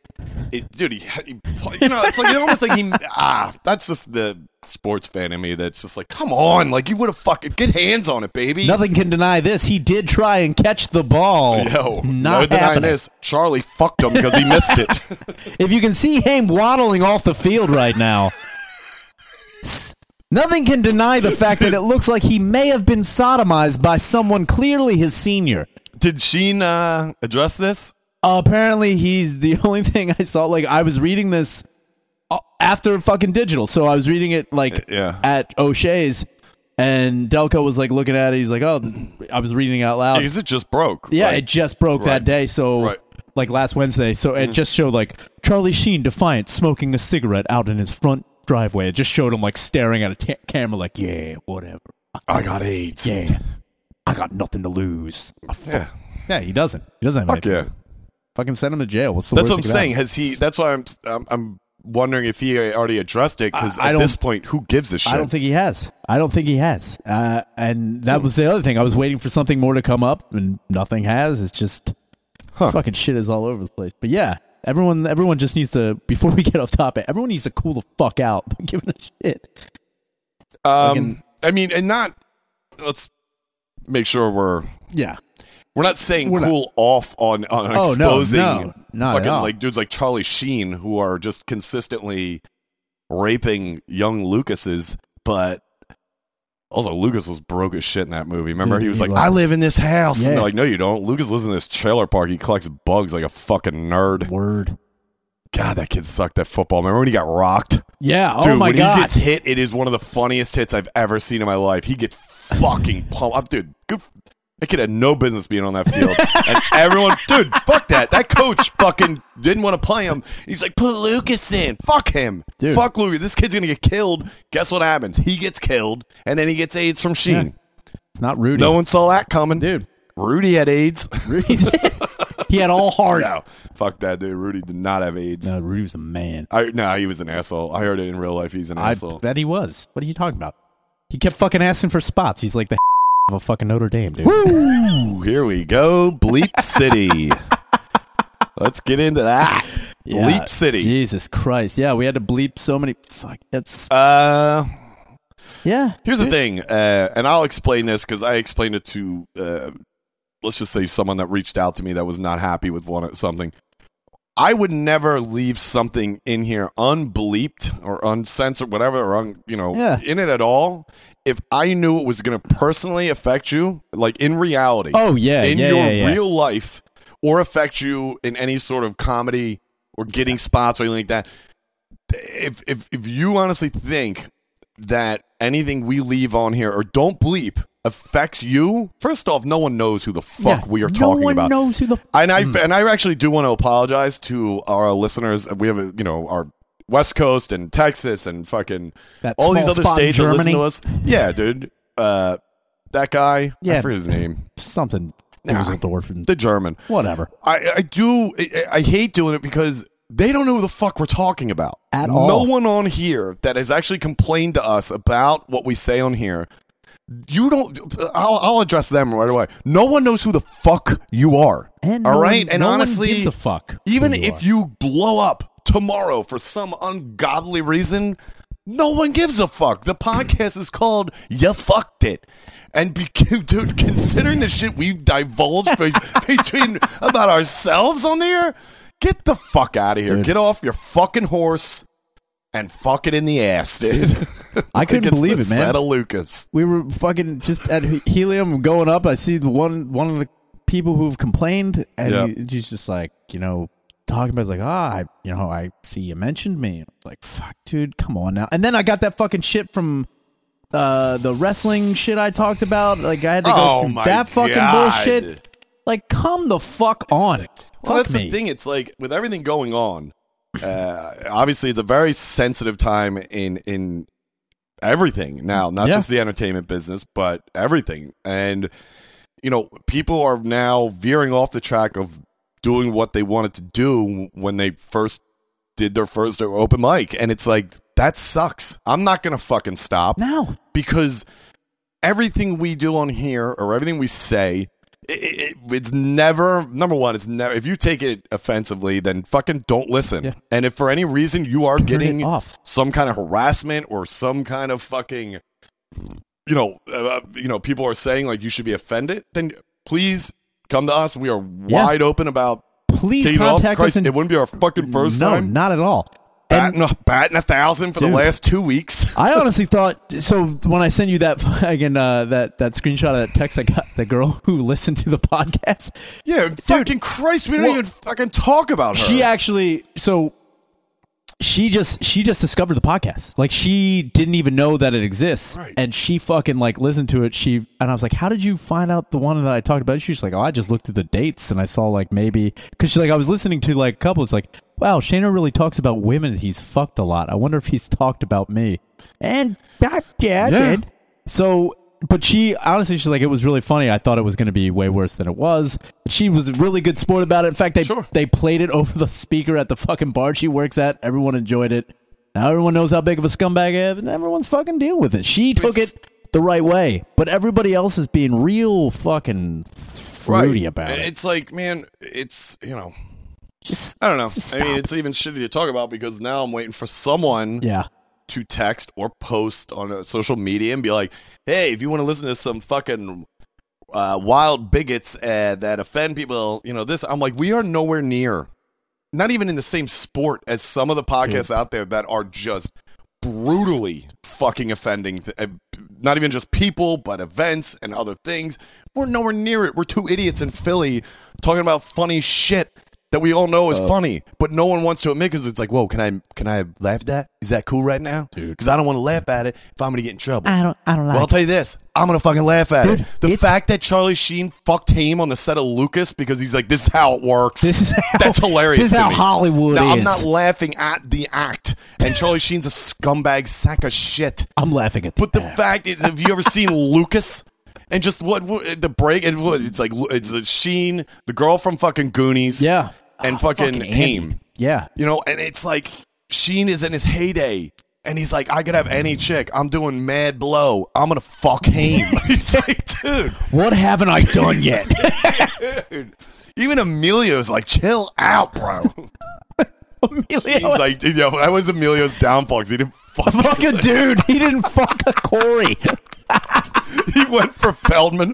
Speaker 2: it, dude, he, he, you know, it's like you almost like he ah, that's just the sports fan in me that's just like, come on, like you would have fucking get hands on it, baby.
Speaker 1: nothing can deny this he did try and catch the ball
Speaker 2: Yo, no
Speaker 1: not
Speaker 2: denying
Speaker 1: happening.
Speaker 2: this. Charlie fucked him because he missed it.
Speaker 1: if you can see him waddling off the field right now s- nothing can deny the fact that it looks like he may have been sodomized by someone clearly his senior
Speaker 2: Did Sheen uh, address this?
Speaker 1: apparently he's the only thing I saw. Like I was reading this uh, after fucking digital, so I was reading it like
Speaker 2: Uh, yeah.
Speaker 1: at O'Shea's, and Delco was like looking at it. He's like, "Oh, th- I was reading it out loud."
Speaker 2: Because it just broke.
Speaker 1: yeah,
Speaker 2: Like,
Speaker 1: it just broke
Speaker 2: Right.
Speaker 1: that day, so
Speaker 2: Right. Mm.
Speaker 1: like last Wednesday. So it just showed like Charlie Sheen defiant smoking a cigarette out in his front driveway. It just showed him like staring at a ta- camera, like, "Yeah, whatever.
Speaker 2: I got AIDS.
Speaker 1: Yeah, I got nothing to lose." I fuck-
Speaker 2: Yeah.
Speaker 1: Yeah, he doesn't. He doesn't have
Speaker 2: Fuck
Speaker 1: anything.
Speaker 2: yeah.
Speaker 1: Fucking send him to jail. What's the worst
Speaker 2: That's what I'm
Speaker 1: that could happen?
Speaker 2: saying. Has he? That's why I'm. I'm, I'm wondering if he already addressed it. Because
Speaker 1: I- I
Speaker 2: at
Speaker 1: don't-
Speaker 2: this point, who gives a shit?
Speaker 1: I don't think he has. I don't think he has. Uh, and that was the other thing. I was waiting for something more to come up, and nothing has. It's just
Speaker 2: Huh.
Speaker 1: fucking shit is all over the place. But yeah, everyone, everyone just needs to. Before we get off topic, everyone needs to cool the fuck out. by giving a shit.
Speaker 2: Um,
Speaker 1: Fucking-
Speaker 2: I mean, and not. Let's make sure we're
Speaker 1: Yeah,
Speaker 2: we're not saying
Speaker 1: We're not-
Speaker 2: cool off on on
Speaker 1: Oh, no,
Speaker 2: exposing
Speaker 1: no, not at
Speaker 2: fucking
Speaker 1: all.
Speaker 2: like dudes like Charlie Sheen who are just consistently raping young Lucases, but. Also, Lucas was broke as shit in that movie. Remember,
Speaker 1: Dude,
Speaker 2: he was
Speaker 1: he
Speaker 2: like,
Speaker 1: was.
Speaker 2: "I live in this house." And
Speaker 1: Yeah.
Speaker 2: they're like, "No, you don't." Lucas lives in this trailer park. He collects bugs like a fucking nerd.
Speaker 1: word.
Speaker 2: God, that kid sucked at football. Remember when he got rocked?
Speaker 1: Yeah.
Speaker 2: Dude,
Speaker 1: oh my
Speaker 2: when
Speaker 1: god.
Speaker 2: he gets hit, it is one of the funniest hits I've ever seen in my life. He gets fucking pumped. up. Dude, good. f- That kid had no business being on that field. and everyone, dude, fuck that. That coach fucking didn't want to play him. He's like, put Lucas in. Fuck him.
Speaker 1: Dude.
Speaker 2: Fuck Lucas. This kid's going to get killed. Guess what happens? He gets killed, and then he gets AIDS from Sheen.
Speaker 1: Yeah. it's not Rudy.
Speaker 2: No one saw that coming.
Speaker 1: dude.
Speaker 2: Rudy had AIDS.
Speaker 1: Rudy. he had all heart.
Speaker 2: no, fuck that, dude. Rudy did not have AIDS.
Speaker 1: No, Rudy was a man.
Speaker 2: I, no, he was an asshole. I heard it in real life. He's an
Speaker 1: I
Speaker 2: asshole.
Speaker 1: bet he was. What are you talking about? He kept fucking asking for spots. He's like the of a fucking Notre Dame dude.
Speaker 2: Ooh, here we go, Bleep City. Let's get into that.
Speaker 1: Yeah.
Speaker 2: Bleep City.
Speaker 1: Jesus Christ. Yeah, we had to bleep so many. Fuck. That's.
Speaker 2: Uh,
Speaker 1: Yeah.
Speaker 2: here's the thing, uh, and I'll explain this because I explained it to, uh, let's just say, someone that reached out to me that was not happy with one something. I would never leave something in here unbleeped or uncensored, whatever, or un, you know,
Speaker 1: Yeah.
Speaker 2: in it at all. If I knew it was going to personally affect you, like in reality,
Speaker 1: Oh, yeah.
Speaker 2: in
Speaker 1: yeah,
Speaker 2: your
Speaker 1: yeah, yeah.
Speaker 2: real life or affect you in any sort of comedy or getting spots or anything like that. If if if you honestly think that anything we leave on here or don't bleep affects you, first off, no one knows who the fuck
Speaker 1: Yeah.
Speaker 2: we are
Speaker 1: no
Speaker 2: talking
Speaker 1: one
Speaker 2: about.
Speaker 1: knows who the. Mm.
Speaker 2: And I and I actually do want to apologize to our listeners. We have a, you know our West Coast and Texas and fucking
Speaker 1: That
Speaker 2: all these
Speaker 1: small
Speaker 2: other
Speaker 1: spot in
Speaker 2: states that listen to
Speaker 1: Germany?
Speaker 2: us. Yeah, dude. Uh, that guy. I
Speaker 1: Yeah.
Speaker 2: forget his name.
Speaker 1: Something.
Speaker 2: Nah.
Speaker 1: Nah. The word for
Speaker 2: The German.
Speaker 1: whatever.
Speaker 2: I, I do. I, I hate doing it because they don't know who the fuck we're talking about
Speaker 1: At
Speaker 2: No
Speaker 1: all.
Speaker 2: one on here that has actually complained to us about what we say on here. You don't. I'll, I'll address them right away. No one knows who the fuck you are.
Speaker 1: And
Speaker 2: all
Speaker 1: no
Speaker 2: right.
Speaker 1: one-
Speaker 2: and
Speaker 1: no one
Speaker 2: honestly,
Speaker 1: gives a fuck who
Speaker 2: Even
Speaker 1: you
Speaker 2: if
Speaker 1: are.
Speaker 2: you blow up tomorrow for some ungodly reason, no one gives a fuck. The podcast is called "You Fucked It," and be- dude, considering the shit we've divulged be- between about ourselves on here, get the fuck out of here. Get off your fucking horse and fuck it in the ass, dude.
Speaker 1: I couldn't
Speaker 2: Like it's
Speaker 1: believe
Speaker 2: the
Speaker 1: it, man.
Speaker 2: Santa Lucas.
Speaker 1: we were fucking just at He- helium going up. I see the one one of the people who've complained, and
Speaker 2: Yeah.
Speaker 1: he- he's just like, you know, talking about like, ah, I, you know, I see you mentioned me. And I was like, fuck, dude, come on now. And then I got that fucking shit from uh, the wrestling shit I talked about. Like I had to go
Speaker 2: Oh
Speaker 1: through
Speaker 2: my
Speaker 1: that fucking
Speaker 2: God.
Speaker 1: bullshit. Like, come the fuck on.
Speaker 2: Well,
Speaker 1: fuck
Speaker 2: that's
Speaker 1: me.
Speaker 2: the thing. It's like with everything going on. Uh, obviously, it's a very sensitive time in in everything now, not
Speaker 1: Yeah.
Speaker 2: just the entertainment business, but everything. And you know, people are now veering off the track of doing what they wanted to do when they first did their first open mic, and it's like that sucks. I'm not gonna fucking stop
Speaker 1: Now,
Speaker 2: because everything we do on here or everything we say i it, it's never number one it's never if you take it offensively then fucking don't listen
Speaker 1: Yeah.
Speaker 2: and if for any reason you are
Speaker 1: it
Speaker 2: getting
Speaker 1: off.
Speaker 2: some kind of harassment or some kind of fucking you know uh, you know people are saying like you should be offended then please come to us we are
Speaker 1: Yeah.
Speaker 2: wide open about
Speaker 1: please
Speaker 2: taking off
Speaker 1: contact
Speaker 2: Christ,
Speaker 1: us. And
Speaker 2: it wouldn't be our fucking first
Speaker 1: no,
Speaker 2: time
Speaker 1: not at all. And
Speaker 2: batting a, batting a thousand for the
Speaker 1: Dude.
Speaker 2: last two weeks
Speaker 1: I honestly thought so when I sent you that again uh, that that screenshot of that text I got the girl who listened to the podcast
Speaker 2: yeah fucking christ we don't
Speaker 1: Well-
Speaker 2: even fucking talk about her
Speaker 1: she actually so she just she just discovered the podcast like she didn't even know that it exists
Speaker 2: Right.
Speaker 1: and she fucking like listened to it she and I was like how did you find out the one that I talked about she's like oh I just looked at the dates and I saw like maybe because she's like I was listening to like a couple it's like wow Shana really talks about women he's fucked a lot I wonder if he's talked about me and that yeah, I
Speaker 2: Yeah.
Speaker 1: did. So, but she honestly, she's like, it was really funny. I thought it was going to be way worse than it was. She was a really good sport about it. In fact, they
Speaker 2: Sure.
Speaker 1: they played it over the speaker at the fucking bar she works at. Everyone enjoyed it. Now everyone knows how big of a scumbag I am, and everyone's fucking dealing with it. She took
Speaker 2: It's-
Speaker 1: it the right way, but everybody else is being real fucking fruity about
Speaker 2: And
Speaker 1: it.
Speaker 2: It's like, man, it's you know,
Speaker 1: Just
Speaker 2: I don't know.
Speaker 1: Just
Speaker 2: I mean,
Speaker 1: stop.
Speaker 2: it's even shitty to talk about because now I'm waiting for someone
Speaker 1: yeah,
Speaker 2: to text or post on uh, social media and be like, "Hey, if you want to listen to some fucking uh, wild bigots uh, that offend people, you know this." I'm like, we are nowhere near, not even in the same sport as some of the podcasts out there that are just brutally fucking offending. Th- uh, not even just people, but events and other things. We're nowhere near it. We're two idiots in Philly talking about funny shit. That we all know is funny, but no one wants to admit because it's like, whoa, can I can I laugh at that? Is that cool right now? Because I don't want to laugh at it if I'm gonna get in trouble.
Speaker 1: I don't, I don't
Speaker 2: Well, I'll
Speaker 1: like.
Speaker 2: tell you this. I'm going to fucking laugh at
Speaker 1: Dude,
Speaker 2: it. The
Speaker 1: it's-
Speaker 2: fact that Charlie Sheen fucked Haim on the set of Lucas because he's like, this is how it works.
Speaker 1: This is how-
Speaker 2: That's hilarious.
Speaker 1: this is
Speaker 2: to
Speaker 1: how
Speaker 2: me.
Speaker 1: Hollywood
Speaker 2: now, I'm
Speaker 1: is.
Speaker 2: not laughing at the act. And Charlie Sheen's a scumbag sack of shit.
Speaker 1: I'm laughing at uh,
Speaker 2: But the
Speaker 1: that.
Speaker 2: fact is, have you ever seen Lucas? And just what, what the break? And what, it's like it's a Sheen, the girl from fucking Goonies,
Speaker 1: yeah,
Speaker 2: and
Speaker 1: Ah,
Speaker 2: fucking,
Speaker 1: Andy.
Speaker 2: Haim.
Speaker 1: Yeah,
Speaker 2: You know, and it's like Sheen is in his heyday. And he's like, I could have any chick. I'm doing mad blow. I'm gonna fuck him. he's like, dude,
Speaker 1: what haven't I done yet?
Speaker 2: dude. Even Emilio's like, chill out, bro. He's
Speaker 1: Emilio
Speaker 2: like, dude, yo, that was Emilio's downfall 'cause he didn't fuck.
Speaker 1: fuck a dude. He didn't fuck a Corey.
Speaker 2: he went for Feldman.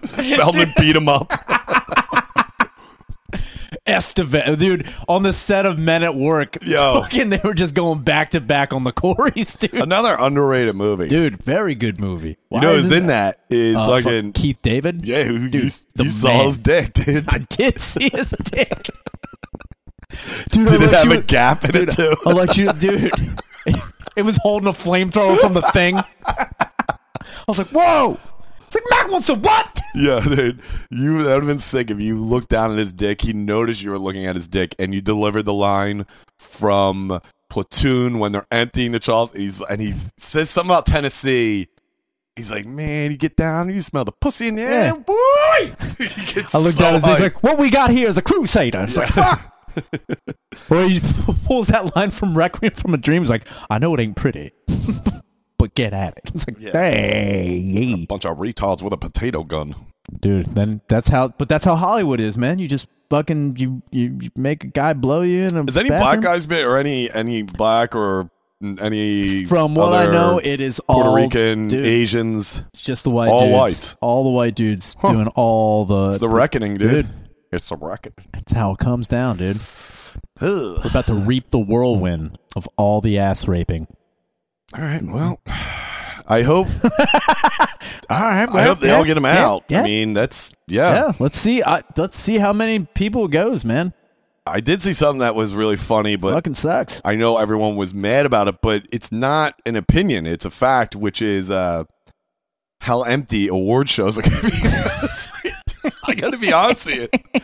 Speaker 2: Feldman beat him up.
Speaker 1: Estevez, dude, on the set of Men at Work,
Speaker 2: Yo.
Speaker 1: fucking, they were just going back to back on the Corys, dude.
Speaker 2: Another underrated movie.
Speaker 1: Dude, very good movie.
Speaker 2: you know who's in that is
Speaker 1: Uh, fuck,
Speaker 2: fucking
Speaker 1: Keith David.
Speaker 2: yeah. Who, you
Speaker 1: the
Speaker 2: you saw
Speaker 1: man.
Speaker 2: his dick, dude.
Speaker 1: I did see his dick. Dude,
Speaker 2: Did
Speaker 1: I
Speaker 2: it
Speaker 1: let
Speaker 2: have
Speaker 1: you,
Speaker 2: a gap in it too?
Speaker 1: I let you, dude. It was holding a flamethrower from the thing. I was like, whoa. It's like Mac wants a what?
Speaker 2: Yeah, dude. You that would have been sick if you looked down at his dick. He noticed you were looking at his dick, and you delivered the line from platoon when they're emptying the Charles. And he's and he says something about Tennessee. He's like, man, you get down, you smell the pussy in the air,
Speaker 1: Yeah.
Speaker 2: boy. he gets
Speaker 1: I looked
Speaker 2: so
Speaker 1: down and he's
Speaker 2: hyped.
Speaker 1: like, "What we got here is a crusader." It's like, fuck. Or he pulls that line from Requiem from a Dream. He's like, "I know it ain't pretty, but get at it." It's like,
Speaker 2: Yeah.
Speaker 1: hey, yeah.
Speaker 2: bunch of retards with a potato gun.
Speaker 1: dude. Then that's how. But that's how Hollywood is, man. You just fucking you you, you make a guy blow you in a.
Speaker 2: Is any black
Speaker 1: bathroom.
Speaker 2: guys been or any any black or any
Speaker 1: From what I
Speaker 2: other
Speaker 1: know, it is
Speaker 2: Puerto
Speaker 1: all
Speaker 2: Rican
Speaker 1: dude.
Speaker 2: Asians?
Speaker 1: It's just the white
Speaker 2: all
Speaker 1: dudes.
Speaker 2: whites.
Speaker 1: all the white dudes doing all the.
Speaker 2: It's the reckoning, dude.
Speaker 1: Dude.
Speaker 2: It's the reckoning.
Speaker 1: that's how it comes down, dude. We're about to reap the whirlwind of all the ass raping.
Speaker 2: All right, well, I hope
Speaker 1: All right,
Speaker 2: I hope they all get them out.
Speaker 1: Yeah,
Speaker 2: I mean, that's yeah.
Speaker 1: yeah. Let's see. I, let's see how many people it goes, man.
Speaker 2: I did see something that was really funny, but
Speaker 1: Fucking sucks.
Speaker 2: I know everyone was mad about it, but it's not an opinion; it's a fact, which is uh, how empty award shows are going to be. I got to be honest with you.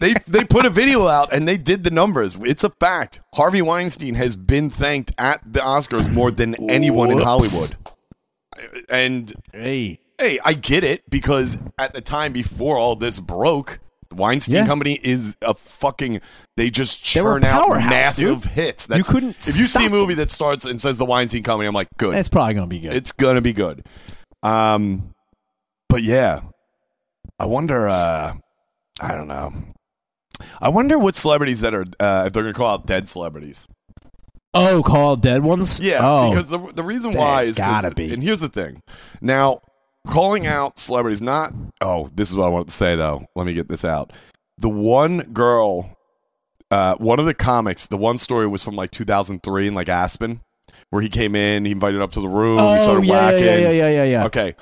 Speaker 2: They they put a video out and they did the numbers. It's a fact. Harvey Weinstein has been thanked at the Oscars more than anyone in
Speaker 1: Whoops.
Speaker 2: Hollywood. And
Speaker 1: Hey,
Speaker 2: hey, I get it because at the time before all this broke, the Weinstein
Speaker 1: Yeah.
Speaker 2: Company is a fucking. They just
Speaker 1: They were a
Speaker 2: churn out
Speaker 1: powerhouse,
Speaker 2: massive
Speaker 1: dude.
Speaker 2: hits.
Speaker 1: couldn't
Speaker 2: If you see a
Speaker 1: stop
Speaker 2: movie that starts and says the Weinstein Company, I'm like, good.
Speaker 1: that's probably gonna be good.
Speaker 2: it's gonna be good. Um, but yeah, I wonder. Uh, I don't know. I wonder what celebrities that are uh, if they're gonna call out dead celebrities.
Speaker 1: oh, call dead ones.
Speaker 2: Yeah,
Speaker 1: Oh,
Speaker 2: because the, the reason why
Speaker 1: There's
Speaker 2: is 'cause-
Speaker 1: gotta be.
Speaker 2: And here's the thing. Now, calling out celebrities, not oh, this is what I wanted to say though. Let me get this out. The one girl, uh, one of the comics, the one story was from like 2003 in like Aspen, where he came in, he invited up to the room, he
Speaker 1: oh
Speaker 2: started
Speaker 1: yeah, yeah,
Speaker 2: whacking.
Speaker 1: yeah, yeah, yeah, yeah, yeah.
Speaker 2: Okay,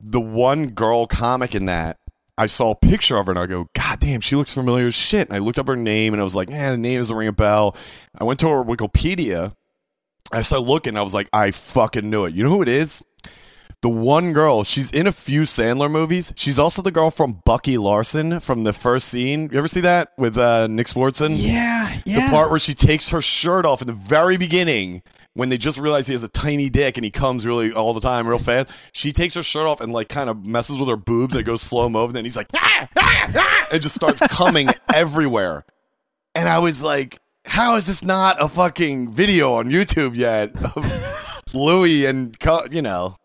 Speaker 2: the one girl comic in that. I saw a picture of her and I go, God damn, she looks familiar as shit. And I looked up her name and I was like, eh, the name doesn't ring a bell. I went to her Wikipedia I started looking. I was like, I fucking knew it. You know who it is? The one girl. She's in a few Sandler movies. She's also the girl from Bucky Larson from the first scene. You ever see that with uh, Nick Swartzen?
Speaker 1: Yeah,
Speaker 2: The
Speaker 1: yeah.
Speaker 2: part where she takes her shirt off in the very beginning when they just realize he has a tiny dick and he comes really all the time, real fast. She takes her shirt off and like kind of messes with her boobs and it goes slow mo. And then he's like, ah, ah, ah, and just starts coming everywhere. And I was like, how is this not a fucking video on YouTube yet of Louis and, co- you know?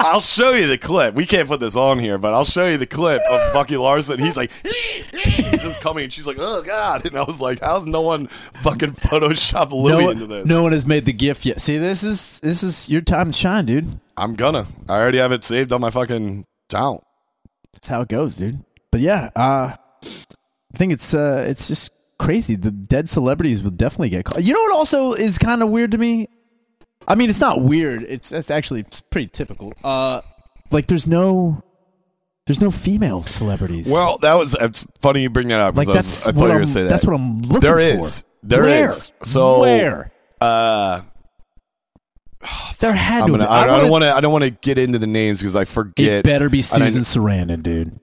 Speaker 2: I'll show you the clip. We can't put this on here, but I'll show you the clip of Bucky Larson. He's like, just coming, and she's like, oh, God. And I was like, how's no one fucking Photoshop Louis
Speaker 1: no,
Speaker 2: into this?
Speaker 1: no one has made the gift yet. See, this is this is your time to shine, dude.
Speaker 2: I'm gonna. I already have it saved on my fucking account.
Speaker 1: That's how it goes, dude. But yeah, uh, I think it's uh, it's just crazy. The dead celebrities will definitely get caught. You know what also is kind of weird to me? I mean, it's not weird. It's that's actually it's pretty typical. Uh, like there's no there's no female celebrities.
Speaker 2: Well, that was it's funny you bring that up. 'cause
Speaker 1: like
Speaker 2: I was-
Speaker 1: that's
Speaker 2: I thought
Speaker 1: what
Speaker 2: you were
Speaker 1: I'm,
Speaker 2: gonna say that.
Speaker 1: that's what I'm looking
Speaker 2: There
Speaker 1: for.
Speaker 2: is. There
Speaker 1: where?
Speaker 2: is. So-
Speaker 1: where
Speaker 2: uh,
Speaker 1: there had
Speaker 2: I'm
Speaker 1: to.
Speaker 2: gonna,
Speaker 1: have
Speaker 2: I,
Speaker 1: been-
Speaker 2: I don't
Speaker 1: wanna-
Speaker 2: want to. I don't want to get into the names because I forget.
Speaker 1: It better be
Speaker 2: And I-
Speaker 1: Susan Sarandon, dude.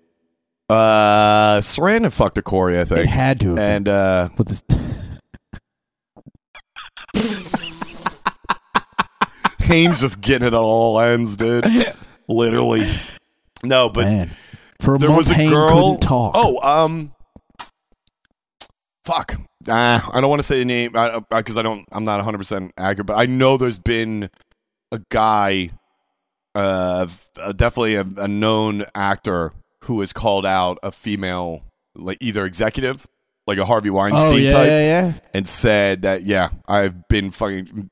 Speaker 2: Uh, Sarandon fucked a Corey, I
Speaker 1: It
Speaker 2: think,
Speaker 1: had to. Have been.
Speaker 2: and uh,
Speaker 1: With this-
Speaker 2: Haynes just getting it on all ends, dude. Literally. No, but
Speaker 1: man, for a
Speaker 2: there
Speaker 1: month,
Speaker 2: was a
Speaker 1: Hayne
Speaker 2: girl.
Speaker 1: couldn't talk.
Speaker 2: Oh, um, fuck. Ah, I don't want to say the name because I, because I don't. I'm not 100 percent accurate, but I know there's been a guy, uh, f- uh, definitely a, a known actor who has called out a female, like either executive, like a Harvey Weinstein
Speaker 1: oh yeah,
Speaker 2: type,
Speaker 1: yeah, yeah.
Speaker 2: and said that yeah, I've been fucking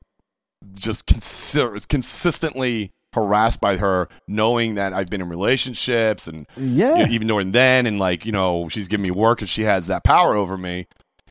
Speaker 2: just consi- consistently harassed by her, knowing that I've been in relationships and
Speaker 1: Yeah.
Speaker 2: you know, even during then, and like you know, she's giving me work and she has that power over me,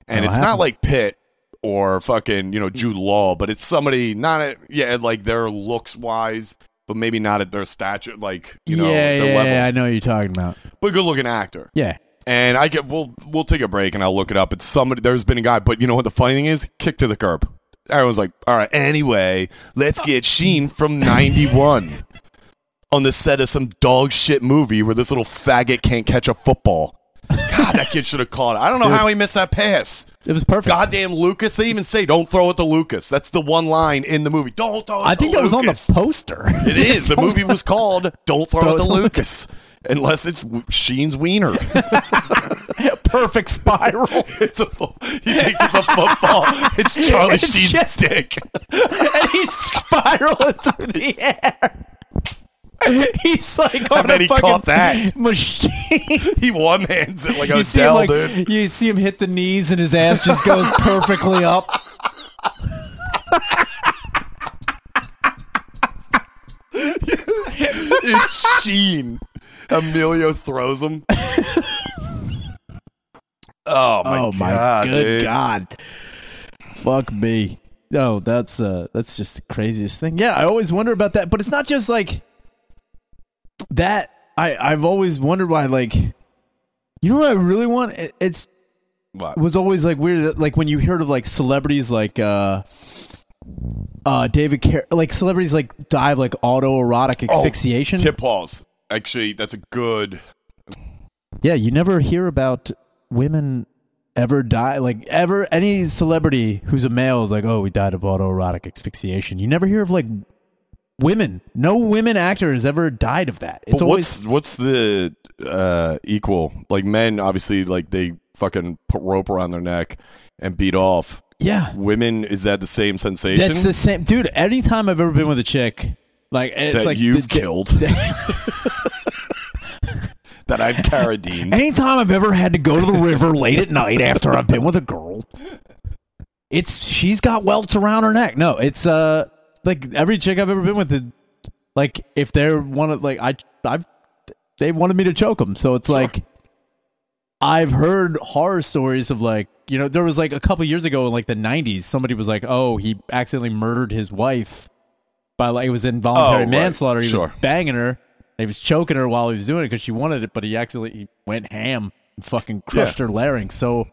Speaker 2: and
Speaker 1: That'll
Speaker 2: it's not
Speaker 1: happen. Mm.
Speaker 2: like Pitt or fucking you know Jude Law, but it's somebody not at, yeah like their looks wise, but maybe not at their stature, like you know
Speaker 1: yeah,
Speaker 2: their
Speaker 1: yeah,
Speaker 2: level,
Speaker 1: yeah, I know what you're talking about.
Speaker 2: but good looking actor.
Speaker 1: Yeah.
Speaker 2: And I get we'll we'll take a break and I'll look it up. It's somebody there's been a guy, but you know what the funny thing is? Kick to the curb. Everyone's like, all right, anyway, let's get Sheen from ninety one on the set of some dog shit movie where this little faggot can't catch a football. God God, that kid should have caught it. I don't know how he missed that pass.
Speaker 1: It was perfect.
Speaker 2: Goddamn Lucas. They even say, don't throw it to Lucas. That's the one line in the movie. Don't throw it
Speaker 1: I
Speaker 2: to
Speaker 1: think that was on
Speaker 2: Lucas.
Speaker 1: the poster.
Speaker 2: It is. The movie was called Don't Throw,
Speaker 1: Throw
Speaker 2: It to
Speaker 1: It to
Speaker 2: Lucas. Unless it's Sheen's wiener.
Speaker 1: perfect spiral.
Speaker 2: it's a fo- he thinks it's a football. It's Charlie
Speaker 1: It's
Speaker 2: Sheen's
Speaker 1: just-
Speaker 2: dick.
Speaker 1: and he's spiraling through the air. He's like on
Speaker 2: bet
Speaker 1: a
Speaker 2: he
Speaker 1: fucking
Speaker 2: caught that.
Speaker 1: machine.
Speaker 2: He one hands it like
Speaker 1: You see, him,
Speaker 2: Odell,
Speaker 1: like,
Speaker 2: dude.
Speaker 1: you see him hit the knees and his ass just goes perfectly up.
Speaker 2: It's Sheen. Emilio throws him. Oh my,
Speaker 1: oh my
Speaker 2: god,
Speaker 1: good
Speaker 2: dude.
Speaker 1: god. Fuck me. No, that's uh that's just the craziest thing. Yeah, I always wonder about that, but it's not just like that I I've always wondered why like you know what I really want It- it's
Speaker 2: What?
Speaker 1: was always like weird like when you heard of like celebrities like uh uh David Car- like celebrities like die of like autoerotic
Speaker 2: Oh,
Speaker 1: asphyxiation.
Speaker 2: Tip balls. Actually, that's a good.
Speaker 1: Yeah, you never hear about women ever die like ever any celebrity who's a male is like, "Oh, we died of autoerotic asphyxiation." You never hear of like women. No women actor has ever died of that. It's
Speaker 2: But
Speaker 1: always
Speaker 2: what's what's the uh, equal? Like men, obviously, like they fucking put rope around their neck and beat off.
Speaker 1: yeah.
Speaker 2: Women, is that the same sensation
Speaker 1: That's the same dude, anytime I've ever been with a chick, like it's
Speaker 2: that
Speaker 1: like
Speaker 2: you've
Speaker 1: did-
Speaker 2: killed? that I've carradined.
Speaker 1: Anytime I've ever had to go to the river late at night after I've been with a girl, it's she's got welts around her neck. No, it's uh like every chick I've ever been with, it, like if they're one of like I I've they wanted me to choke them, so it's like I've heard horror stories of like you know there was like a couple years ago in like the '90s, somebody was like, oh, he accidentally murdered his wife by like it was
Speaker 2: Oh,
Speaker 1: involuntary
Speaker 2: right.
Speaker 1: manslaughter. He
Speaker 2: Sure.
Speaker 1: was banging her. And he was choking her while he was doing it because she wanted it, but he accidentally he went ham and fucking crushed her larynx. So,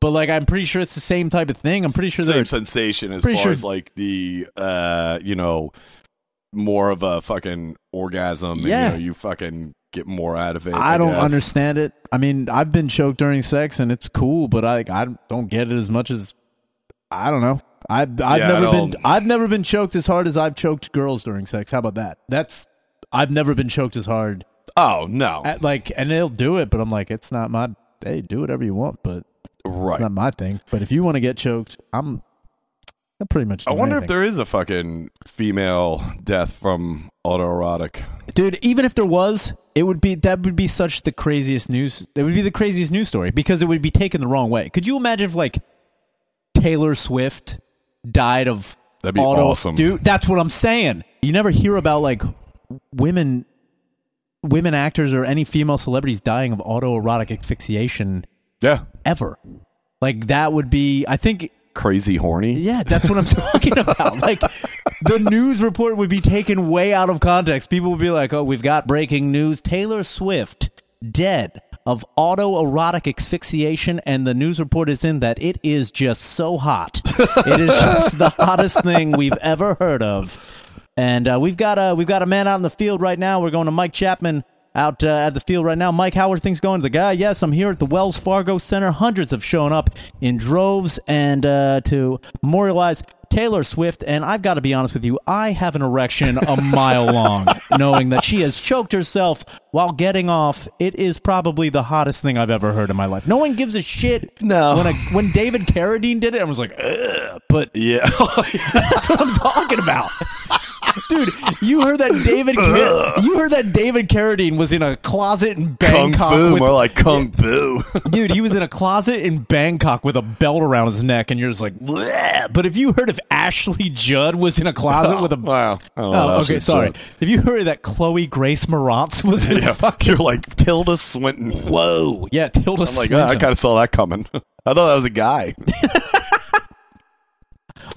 Speaker 1: but like, I'm pretty sure it's the same type of thing. I'm pretty sure
Speaker 2: same
Speaker 1: they're
Speaker 2: sensation as far
Speaker 1: Pretty sure-
Speaker 2: as like the uh you know more of a fucking orgasm
Speaker 1: Yeah.
Speaker 2: and you know you fucking get more out of it
Speaker 1: I don't
Speaker 2: guess.
Speaker 1: understand it. I mean, I've been choked during sex and it's cool, but I I don't get it as much as I don't know. I I've
Speaker 2: Yeah, I
Speaker 1: never been
Speaker 2: don't-
Speaker 1: I've never been choked as hard as I've choked girls during sex. How about that? That's I've never been choked as hard.
Speaker 2: oh no
Speaker 1: At, like and they'll do it, but I'm like it's not my hey, do whatever you want, but
Speaker 2: right
Speaker 1: not my thing. But if you want to get choked, I'm I'm pretty much
Speaker 2: i
Speaker 1: do
Speaker 2: wonder if
Speaker 1: anything.
Speaker 2: there is a fucking female death from autoerotic
Speaker 1: dude even if there was it would be that would be such the craziest news it would be the craziest news story because it would be taken the wrong way could you imagine if like taylor swift died of
Speaker 2: That'd be
Speaker 1: auto-
Speaker 2: awesome.
Speaker 1: dude that's what i'm saying you never hear about like women women actors or any female celebrities dying of autoerotic asphyxiation
Speaker 2: yeah
Speaker 1: ever like that would be i think
Speaker 2: crazy horny
Speaker 1: yeah, that's what I'm talking about. Like the news report would be taken way out of context. People would be like, "Oh, we've got breaking news: Taylor Swift dead of autoerotic asphyxiation," and the news report is in that it is just so hot. It is just the hottest thing we've ever heard of. And uh, we've got a we've got a man out in the field right now. We're going to Mike Chapman out uh, at the field right now. Mike, how are things going? The guy, yes, I'm here at the Wells Fargo Center. Hundreds have shown up in droves and uh, to memorialize Taylor Swift. And I've got to be honest with you, I have an erection a mile long, knowing that she has choked herself while getting off. It is probably the hottest thing I've ever heard in my life. No one gives a shit.
Speaker 2: No.
Speaker 1: When a, when David Carradine did it, I was like, Ugh, but
Speaker 2: yeah
Speaker 1: that's what I'm talking about. Dude, you heard that David Car- you heard that David Carradine was in a closet in
Speaker 2: kung
Speaker 1: Bangkok
Speaker 2: fu
Speaker 1: with
Speaker 2: more like kung fu
Speaker 1: dude, he was in a closet in Bangkok with a belt around his neck and you're just like "Bleh." but if you heard if Ashley Judd was in a closet with a
Speaker 2: wow I don't know
Speaker 1: Oh,
Speaker 2: how
Speaker 1: okay,
Speaker 2: she's
Speaker 1: sorry.
Speaker 2: doing.
Speaker 1: If you heard that Chloe Grace Moretz was in
Speaker 2: yeah
Speaker 1: a fucking
Speaker 2: you're like tilda swinton
Speaker 1: Whoa. Yeah, Tilda
Speaker 2: I'm like, "Ah, I
Speaker 1: Swinton.
Speaker 2: kind of saw that coming. I thought that was a guy.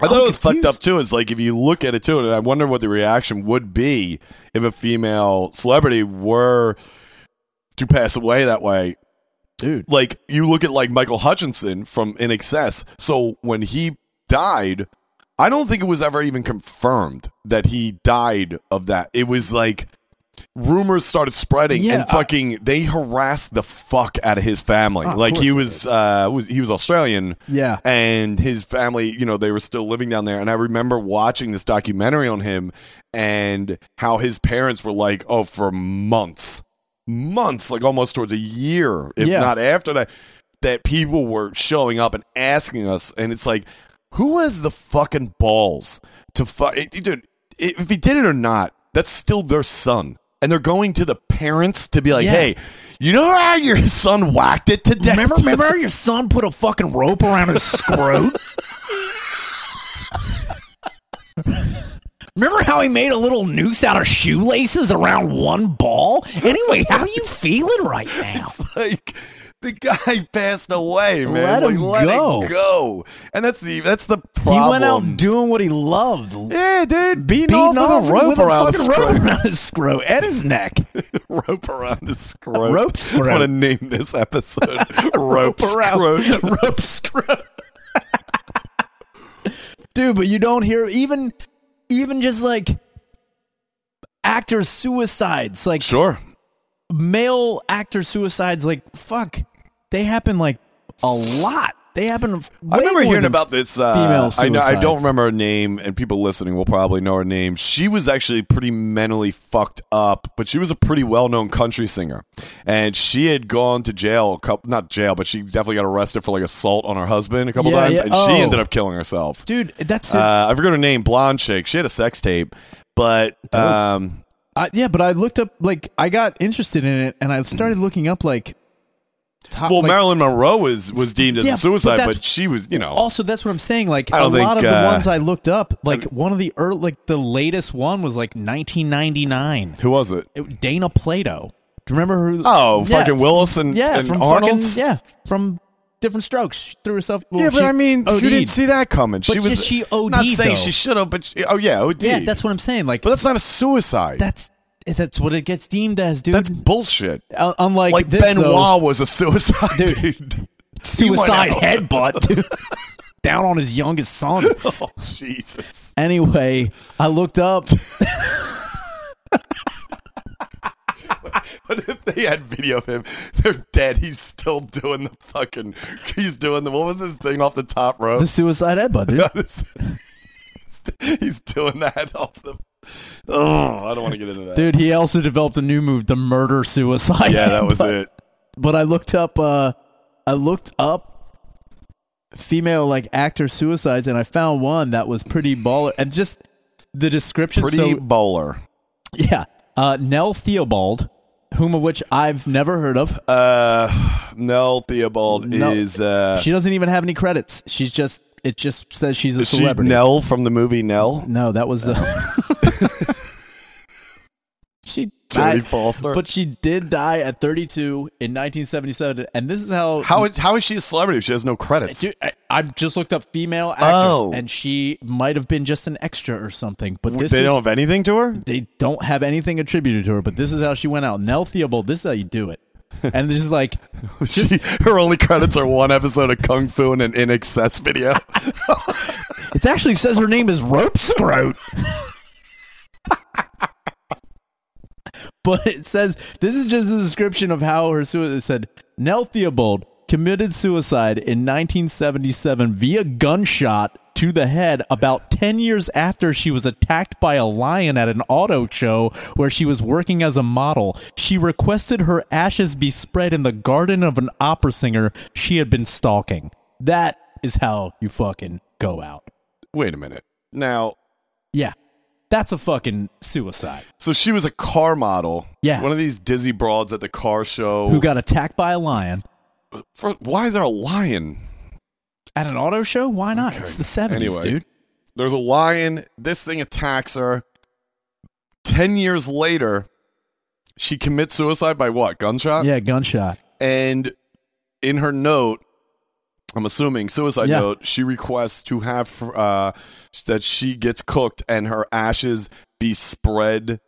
Speaker 2: I thought it was fucked up
Speaker 1: confused.
Speaker 2: too. It's like if you look at it too, and I wonder what the reaction would be if a female celebrity were to pass away that way.
Speaker 1: Dude.
Speaker 2: Like you look at like Michael Hutchinson from In Excess. So when he died, I don't think it was ever even confirmed that he died of that. It was like rumors started spreading
Speaker 1: Yeah, uh,
Speaker 2: and fucking they harassed the fuck out of his family.
Speaker 1: Oh, of
Speaker 2: like
Speaker 1: course
Speaker 2: he
Speaker 1: they
Speaker 2: was uh was he was Australian.
Speaker 1: Yeah.
Speaker 2: And his family, you know, they were still living down there and I remember watching this documentary on him and how his parents were like, "Oh, for months. Months, like almost towards a year, if
Speaker 1: Yeah.
Speaker 2: not after that, that people were showing up and asking us and it's like who has the fucking balls to fuck dude if he did it or not that's still their son and they're going to the parents to be like
Speaker 1: Yeah.
Speaker 2: hey you know how your son whacked it today
Speaker 1: Remember, remember how your son put a fucking rope around his scrote? remember how he made a little noose out of shoelaces around one ball? Anyway, how you feeling right now?
Speaker 2: like the guy passed away man
Speaker 1: Let
Speaker 2: Like,
Speaker 1: him
Speaker 2: it
Speaker 1: go.
Speaker 2: go. and that's the that's the problem
Speaker 1: He went out doing what he loved.
Speaker 2: yeah dude beating,
Speaker 1: Beating
Speaker 2: off,
Speaker 1: off
Speaker 2: with a rope
Speaker 1: with a
Speaker 2: around
Speaker 1: fucking
Speaker 2: his scrotum.
Speaker 1: rope around his scrote and his neck.
Speaker 2: rope around the scrote.
Speaker 1: Rope scrote.
Speaker 2: I want to name this episode rope,
Speaker 1: around.
Speaker 2: scrote.
Speaker 1: rope scrote. Dude, but you don't hear even even just like actors suicides, like
Speaker 2: Sure.
Speaker 1: male actor suicides, like fuck, they happen like a lot. They happen. Way
Speaker 2: I remember
Speaker 1: more
Speaker 2: hearing
Speaker 1: than-
Speaker 2: about this. Uh,
Speaker 1: female
Speaker 2: I know. I don't
Speaker 1: suicides.
Speaker 2: remember her name, and people listening will probably know her name. She was actually pretty mentally fucked up, but she was a pretty well-known country singer, and she had gone to jail. A couple, not jail, but she definitely got arrested for like assault on her husband a couple
Speaker 1: Yeah,
Speaker 2: times,
Speaker 1: yeah.
Speaker 2: and she
Speaker 1: Oh.
Speaker 2: ended up killing herself.
Speaker 1: dude. That's it.
Speaker 2: Uh, I forget her name. Blonde chick. She had a sex tape, but um,
Speaker 1: I, yeah, but I looked up like I got interested in it, and I started looking up like. Top,
Speaker 2: well,
Speaker 1: Uh, like-
Speaker 2: Marilyn Monroe was was deemed as
Speaker 1: Yeah,
Speaker 2: a
Speaker 1: but
Speaker 2: suicide, but,
Speaker 1: that's-
Speaker 2: she was, you know,
Speaker 1: Also, that's what I'm saying. Like
Speaker 2: I
Speaker 1: a
Speaker 2: don't
Speaker 1: lot
Speaker 2: think,
Speaker 1: of the
Speaker 2: uh,
Speaker 1: ones I looked up, like one of the ear like the latest one was like 1999.
Speaker 2: who was it?
Speaker 1: It- Dana Plato. Do you remember who?
Speaker 2: Oh,
Speaker 1: Yeah,
Speaker 2: fucking Willis and,
Speaker 1: Yeah,
Speaker 2: and
Speaker 1: from
Speaker 2: Arnold.
Speaker 1: fucking yeah, from different strokes. She threw herself. well,
Speaker 2: Yeah, but
Speaker 1: she
Speaker 2: I mean,
Speaker 1: OD'd.
Speaker 2: you didn't see that coming. She
Speaker 1: But
Speaker 2: was
Speaker 1: yet she OD'd,
Speaker 2: Not saying she
Speaker 1: though.
Speaker 2: should have, but she, oh yeah, OD.
Speaker 1: Yeah, that's what I'm saying. Like
Speaker 2: but that's not a suicide.
Speaker 1: that's that's what it gets deemed as, dude.
Speaker 2: that's bullshit.
Speaker 1: Un- Unlike
Speaker 2: Like
Speaker 1: this,
Speaker 2: Benoit
Speaker 1: though,
Speaker 2: was a suicide, dude.
Speaker 1: Dude.
Speaker 2: You went
Speaker 1: suicide
Speaker 2: out.
Speaker 1: headbutt dude. down on his youngest son.
Speaker 2: Oh Jesus!
Speaker 1: Anyway, I looked up.
Speaker 2: What if they had video of him? They're dead. He's still doing the fucking. He's doing the. What was this thing off the top rope?
Speaker 1: The suicide headbutt, dude.
Speaker 2: he's doing that off the. Oh, I don't want to get into that.
Speaker 1: Dude, he also developed a new move, the murder suicide.
Speaker 2: yeah, that was
Speaker 1: but,
Speaker 2: it.
Speaker 1: But I looked up uh I looked up female like actor suicides and I found one that was pretty baller and just the description
Speaker 2: Pretty
Speaker 1: so
Speaker 2: bowler.
Speaker 1: yeah. Uh Nell Theobald, whom of which I've never heard of.
Speaker 2: Uh, Nell Theobald
Speaker 1: No.
Speaker 2: is uh,
Speaker 1: she doesn't even have any credits. She's just it just says she's a
Speaker 2: is she
Speaker 1: celebrity.
Speaker 2: Nell from the movie Nell.
Speaker 1: No, that was uh, She
Speaker 2: Jodie
Speaker 1: died,
Speaker 2: Foster.
Speaker 1: but she did die at 32 in 1977, and this is how
Speaker 2: How is, how is she a celebrity if she has no credits?
Speaker 1: Mm. Dude, I, I just looked up female actress,
Speaker 2: Oh.
Speaker 1: and she might have been just an extra or something. But this
Speaker 2: they
Speaker 1: is,
Speaker 2: don't have anything to her.
Speaker 1: they don't have anything attributed to her. But this is how she went out. Nell Theobald. This is how you do it. And this is like,
Speaker 2: She, her only credits are one episode of Kung Fu and an In Excess video.
Speaker 1: it actually says her name is Rope Scroat. but it says this is just a description of how her suicide. It said Nell Theobald committed suicide in 1977 via gunshot to the head about 10 years after she was attacked by a lion at an auto show where she was working as a model. She requested her ashes be spread in the garden of an opera singer she had been stalking. That is how you fucking go out.
Speaker 2: Wait a minute. Now,
Speaker 1: Yeah. That's a fucking suicide.
Speaker 2: so she was a car model.
Speaker 1: Yeah.
Speaker 2: One of these dizzy broads at the car show.
Speaker 1: Who got attacked by a lion
Speaker 2: For- why is there a lion?
Speaker 1: at an auto show? Why not? It's the 70s,
Speaker 2: Anyway.
Speaker 1: dude.
Speaker 2: There's a lion. This thing attacks her. Ten years later, she commits suicide by what? Gunshot?
Speaker 1: Yeah, gunshot.
Speaker 2: And in her note, I'm assuming suicide
Speaker 1: Yeah.
Speaker 2: note, she requests to have uh, that she gets cooked and her ashes be spread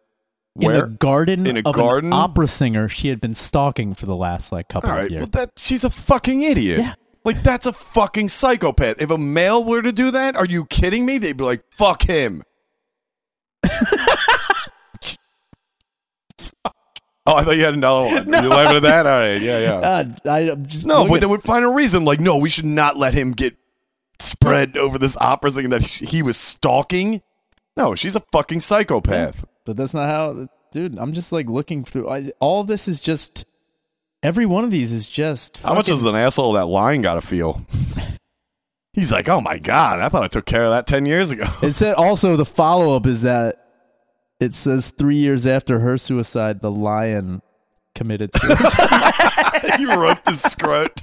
Speaker 1: In
Speaker 2: where?
Speaker 1: the garden
Speaker 2: In a
Speaker 1: of
Speaker 2: garden?
Speaker 1: an opera singer she had been stalking for the last like couple
Speaker 2: All
Speaker 1: of
Speaker 2: right,
Speaker 1: years.
Speaker 2: well that she's a fucking idiot.
Speaker 1: Yeah.
Speaker 2: Like that's a fucking psychopath. If a male were to do that, are you kidding me? They'd be like, "Fuck him." Oh, I thought you had another one. You laughing at that? All right, yeah, yeah.
Speaker 1: Uh, I I'm just
Speaker 2: No, but
Speaker 1: looking-
Speaker 2: they would find a reason. Like, no, we should not let him get spread over this opera thing that he was stalking. No, she's a fucking psychopath.
Speaker 1: but that's not how. Dude, I'm just like looking through. I, all this is just. Every one of these is just.
Speaker 2: How much
Speaker 1: fucking-
Speaker 2: does an asshole that lying gotta feel? He's like, oh my god, I thought I took care of that ten years ago.
Speaker 1: It said also the follow up is that it says three years after her suicide, the lion committed suicide,
Speaker 2: he wrote the scrot.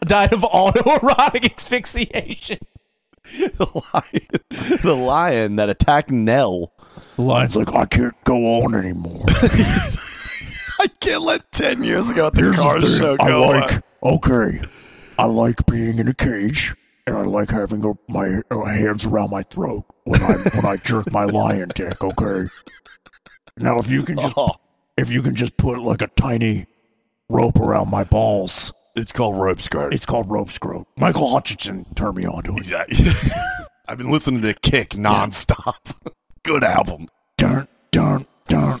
Speaker 1: died of autoerotic asphyxiation.
Speaker 2: the lion, the lion that attacked Nell.
Speaker 1: The lion's like, I can't go on anymore.
Speaker 2: I can't let ten years ago at the car show go. on.
Speaker 3: Okay, I like being in a cage, and I like having a, my uh, hands around my throat when I when I jerk my lion dick. Okay. Now, if you can just
Speaker 2: Oh,
Speaker 3: if you can just put like a tiny rope around my balls,
Speaker 2: it's called rope scrot.
Speaker 3: it's called rope scrote. Michael Hutchinson turned me on to it.
Speaker 2: Exactly. I've been listening to Kick nonstop. Good album.
Speaker 3: Dun dun dun.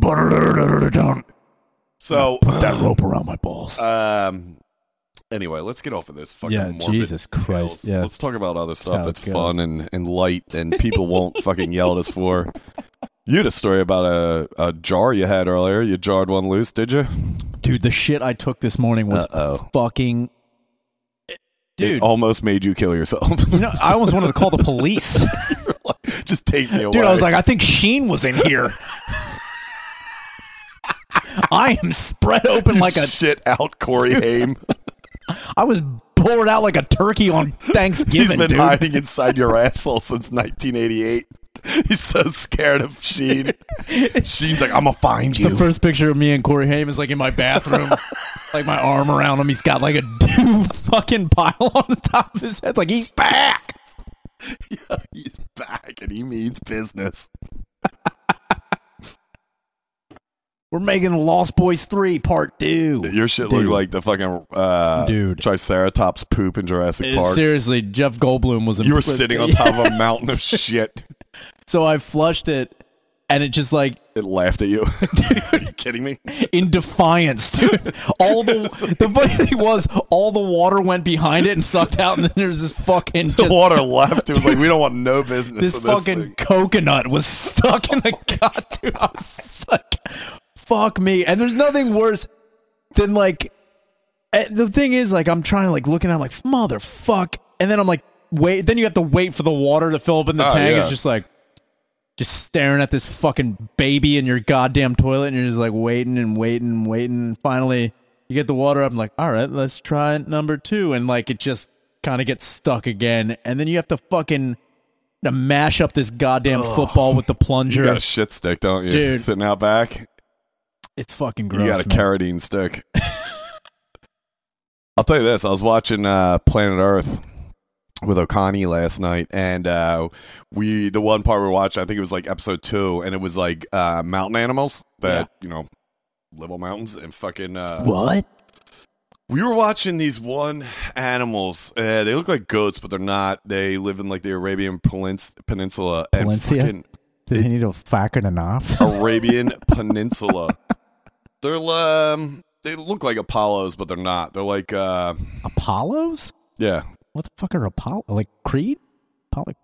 Speaker 3: Dun.
Speaker 2: So,
Speaker 3: That rope around my balls.
Speaker 2: um, anyway, let's get off of this fucking
Speaker 1: Yeah,
Speaker 2: morbid
Speaker 1: Jesus Christ,
Speaker 2: pills.
Speaker 1: yeah.
Speaker 2: Let's talk about other stuff
Speaker 1: How it
Speaker 2: that's
Speaker 1: goes.
Speaker 2: fun and, and light and people won't fucking yell at us for. You had a story about a, a jar you had earlier. You jarred one loose, did you?
Speaker 1: Dude, the shit I took this morning was
Speaker 2: Uh-oh.
Speaker 1: fucking.
Speaker 2: It
Speaker 1: Dude,
Speaker 2: almost made you kill yourself.
Speaker 1: you know, I almost wanted to call the police.
Speaker 2: Just take me away.
Speaker 1: Dude, I was like, I think Sheen was in here. I am spread open like a.
Speaker 2: shit out Corey Haim.
Speaker 1: I was bored out like a turkey on Thanksgiving,
Speaker 2: He's been
Speaker 1: dude.
Speaker 2: hiding inside your asshole since 1988. He's so scared of Sheen. Sheen's like, I'm gonna find
Speaker 1: The
Speaker 2: you.
Speaker 1: first picture of me and Corey Haim is like in my bathroom, like my arm around him. He's got like a dude fucking pile on the top of his head. It's like he's back.
Speaker 2: He's back and he means business.
Speaker 1: We're making the Lost Boys three part two.
Speaker 2: Your shit looked like the fucking uh,
Speaker 1: Dude.
Speaker 2: Triceratops poop in Jurassic Park.
Speaker 1: Seriously, Jeff Goldblum was.
Speaker 2: You were sitting on top of a mountain of shit.
Speaker 1: So I flushed it, and it just like
Speaker 2: It laughed at you. Are you kidding me?
Speaker 1: in defiance, dude. All the the funny thing was, all the water went behind it and sucked out, and then there's this fucking
Speaker 2: The
Speaker 1: just-
Speaker 2: water left. It was like we don't want no business.
Speaker 1: this
Speaker 2: in
Speaker 1: fucking
Speaker 2: thing.
Speaker 1: coconut was stuck in the god dude i was like fuck me and there's nothing worse than like eh, the thing is like i'm trying to like looking at it, I'm like motherfuck and then i'm like wait then you have to wait for the water to fill up in the
Speaker 2: Oh,
Speaker 1: tank
Speaker 2: yeah.
Speaker 1: it's just like just staring at this fucking baby in your goddamn toilet and you're just like waiting and waiting and waiting and finally you get the water up and like all right let's try number two and like it just kind of gets stuck again and then you have to fucking to mash up this goddamn football with the
Speaker 2: You
Speaker 1: plunger
Speaker 2: got a shit stick, don't you?
Speaker 1: Dude.
Speaker 2: Sitting out back.
Speaker 1: it's fucking
Speaker 2: You
Speaker 1: gross
Speaker 2: got a
Speaker 1: man.
Speaker 2: carotene stick. I'll tell you this: I was watching uh, Planet Earth with Okani last night, and uh, we the one part we watched, I think it was like episode two, and it was like uh, mountain animals that you know live on mountains and fucking. Uh,
Speaker 1: what
Speaker 2: we were watching these one animals. Uh, they look like goats, but they're not. They live in like the Arabian Pelins- Peninsula and
Speaker 1: Palencia?
Speaker 2: fucking
Speaker 1: did he need a fucking enough
Speaker 2: Oh. Arabian Peninsula. They're um, they look like Apollos, but they're not. They're like uh,
Speaker 1: apollos
Speaker 2: yeah,
Speaker 1: what the fuck are apollo like creed Apollo-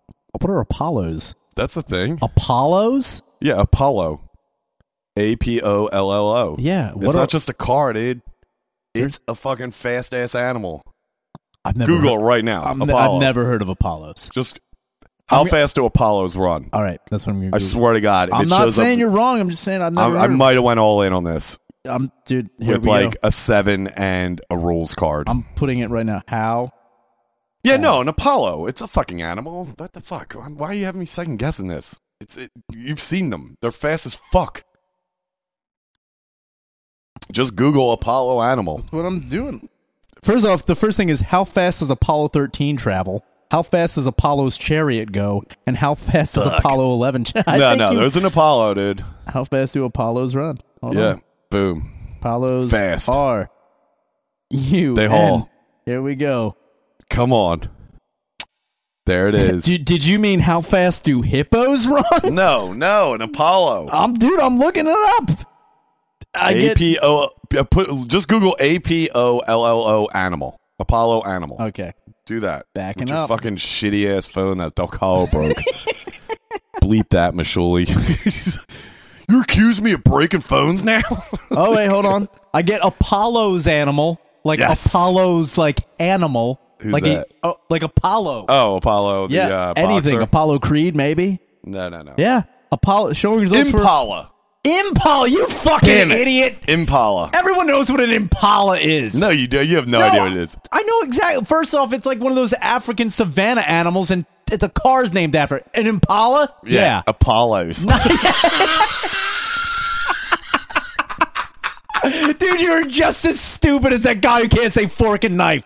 Speaker 1: what are apollos
Speaker 2: that's a thing.
Speaker 1: apollos
Speaker 2: Yeah, Apollo, A P O L L O.
Speaker 1: yeah
Speaker 2: it's
Speaker 1: what
Speaker 2: not
Speaker 1: are,
Speaker 2: just a car, dude. It's a fucking fast ass animal.
Speaker 1: I've never
Speaker 2: Google
Speaker 1: heard,
Speaker 2: it right now.
Speaker 1: I'm-
Speaker 2: Apollo.
Speaker 1: i've never heard of apollos
Speaker 2: Just how fast do Apollos run?
Speaker 1: all right that's what i'm gonna
Speaker 2: I
Speaker 1: Google.
Speaker 2: swear to God, if
Speaker 1: i'm
Speaker 2: it
Speaker 1: not
Speaker 2: shows
Speaker 1: saying
Speaker 2: up,
Speaker 1: you're wrong i'm just saying i've never
Speaker 2: I, I
Speaker 1: heard of-
Speaker 2: might have went all in on this
Speaker 1: i'm dude here
Speaker 2: with
Speaker 1: we
Speaker 2: like
Speaker 1: go.
Speaker 2: a seven and a rules card.
Speaker 1: i'm putting it right now how
Speaker 2: Yeah,
Speaker 1: Oh.
Speaker 2: no, an Apollo. It's a fucking animal. What the fuck? Why are you having me second guessing this? It's it, you've seen them. They're fast as fuck. Just Google Apollo animal.
Speaker 1: what I'm doing. First off, the first thing is how fast does Apollo 13 travel? How fast does Apollo's chariot go? And how fast does Apollo 11 travel?
Speaker 2: no, no, there's an Apollo, dude.
Speaker 1: how fast do Apollos run? Hold
Speaker 2: yeah,
Speaker 1: on.
Speaker 2: boom.
Speaker 1: Apollos
Speaker 2: Fast.
Speaker 1: are you.
Speaker 2: They haul.
Speaker 1: Here we go.
Speaker 2: Come on. There it is.
Speaker 1: Did, did you mean how fast do hippos run?
Speaker 2: no, no, an Apollo.
Speaker 1: I'm dude. I'm looking it up. I
Speaker 2: A
Speaker 1: get
Speaker 2: P O. uh, Put just Google A P O L L O animal. Apollo animal.
Speaker 1: okay.
Speaker 2: Do that.
Speaker 1: Backing
Speaker 2: With your
Speaker 1: up.
Speaker 2: fucking shitty ass phone that Del Colo broke. Bleep that, Mashuli. you accuse me of breaking phones now?
Speaker 1: Oh wait, hold on. I get Apollo's animal, like
Speaker 2: Yes.
Speaker 1: Apollo's like animal,
Speaker 2: Who's
Speaker 1: like
Speaker 2: that?
Speaker 1: A, oh, like Apollo.
Speaker 2: oh, Apollo. The,
Speaker 1: yeah,
Speaker 2: uh,
Speaker 1: anything.
Speaker 2: boxer.
Speaker 1: Apollo Creed, maybe.
Speaker 2: no, no, no.
Speaker 1: Yeah, Apollo showing results
Speaker 2: Impala.
Speaker 1: for Impala. You fucking
Speaker 2: Damn it.
Speaker 1: idiot!
Speaker 2: Impala.
Speaker 1: Everyone knows what an Impala is.
Speaker 2: No, you do. You have no, idea what it is.
Speaker 1: I know exactly. First off, it's like one of those African savanna animals, and it's a car's named after it. An Impala. yeah.
Speaker 2: Oh. Apollos.
Speaker 1: Dude, you're just as stupid as that guy who can't say fork and knife.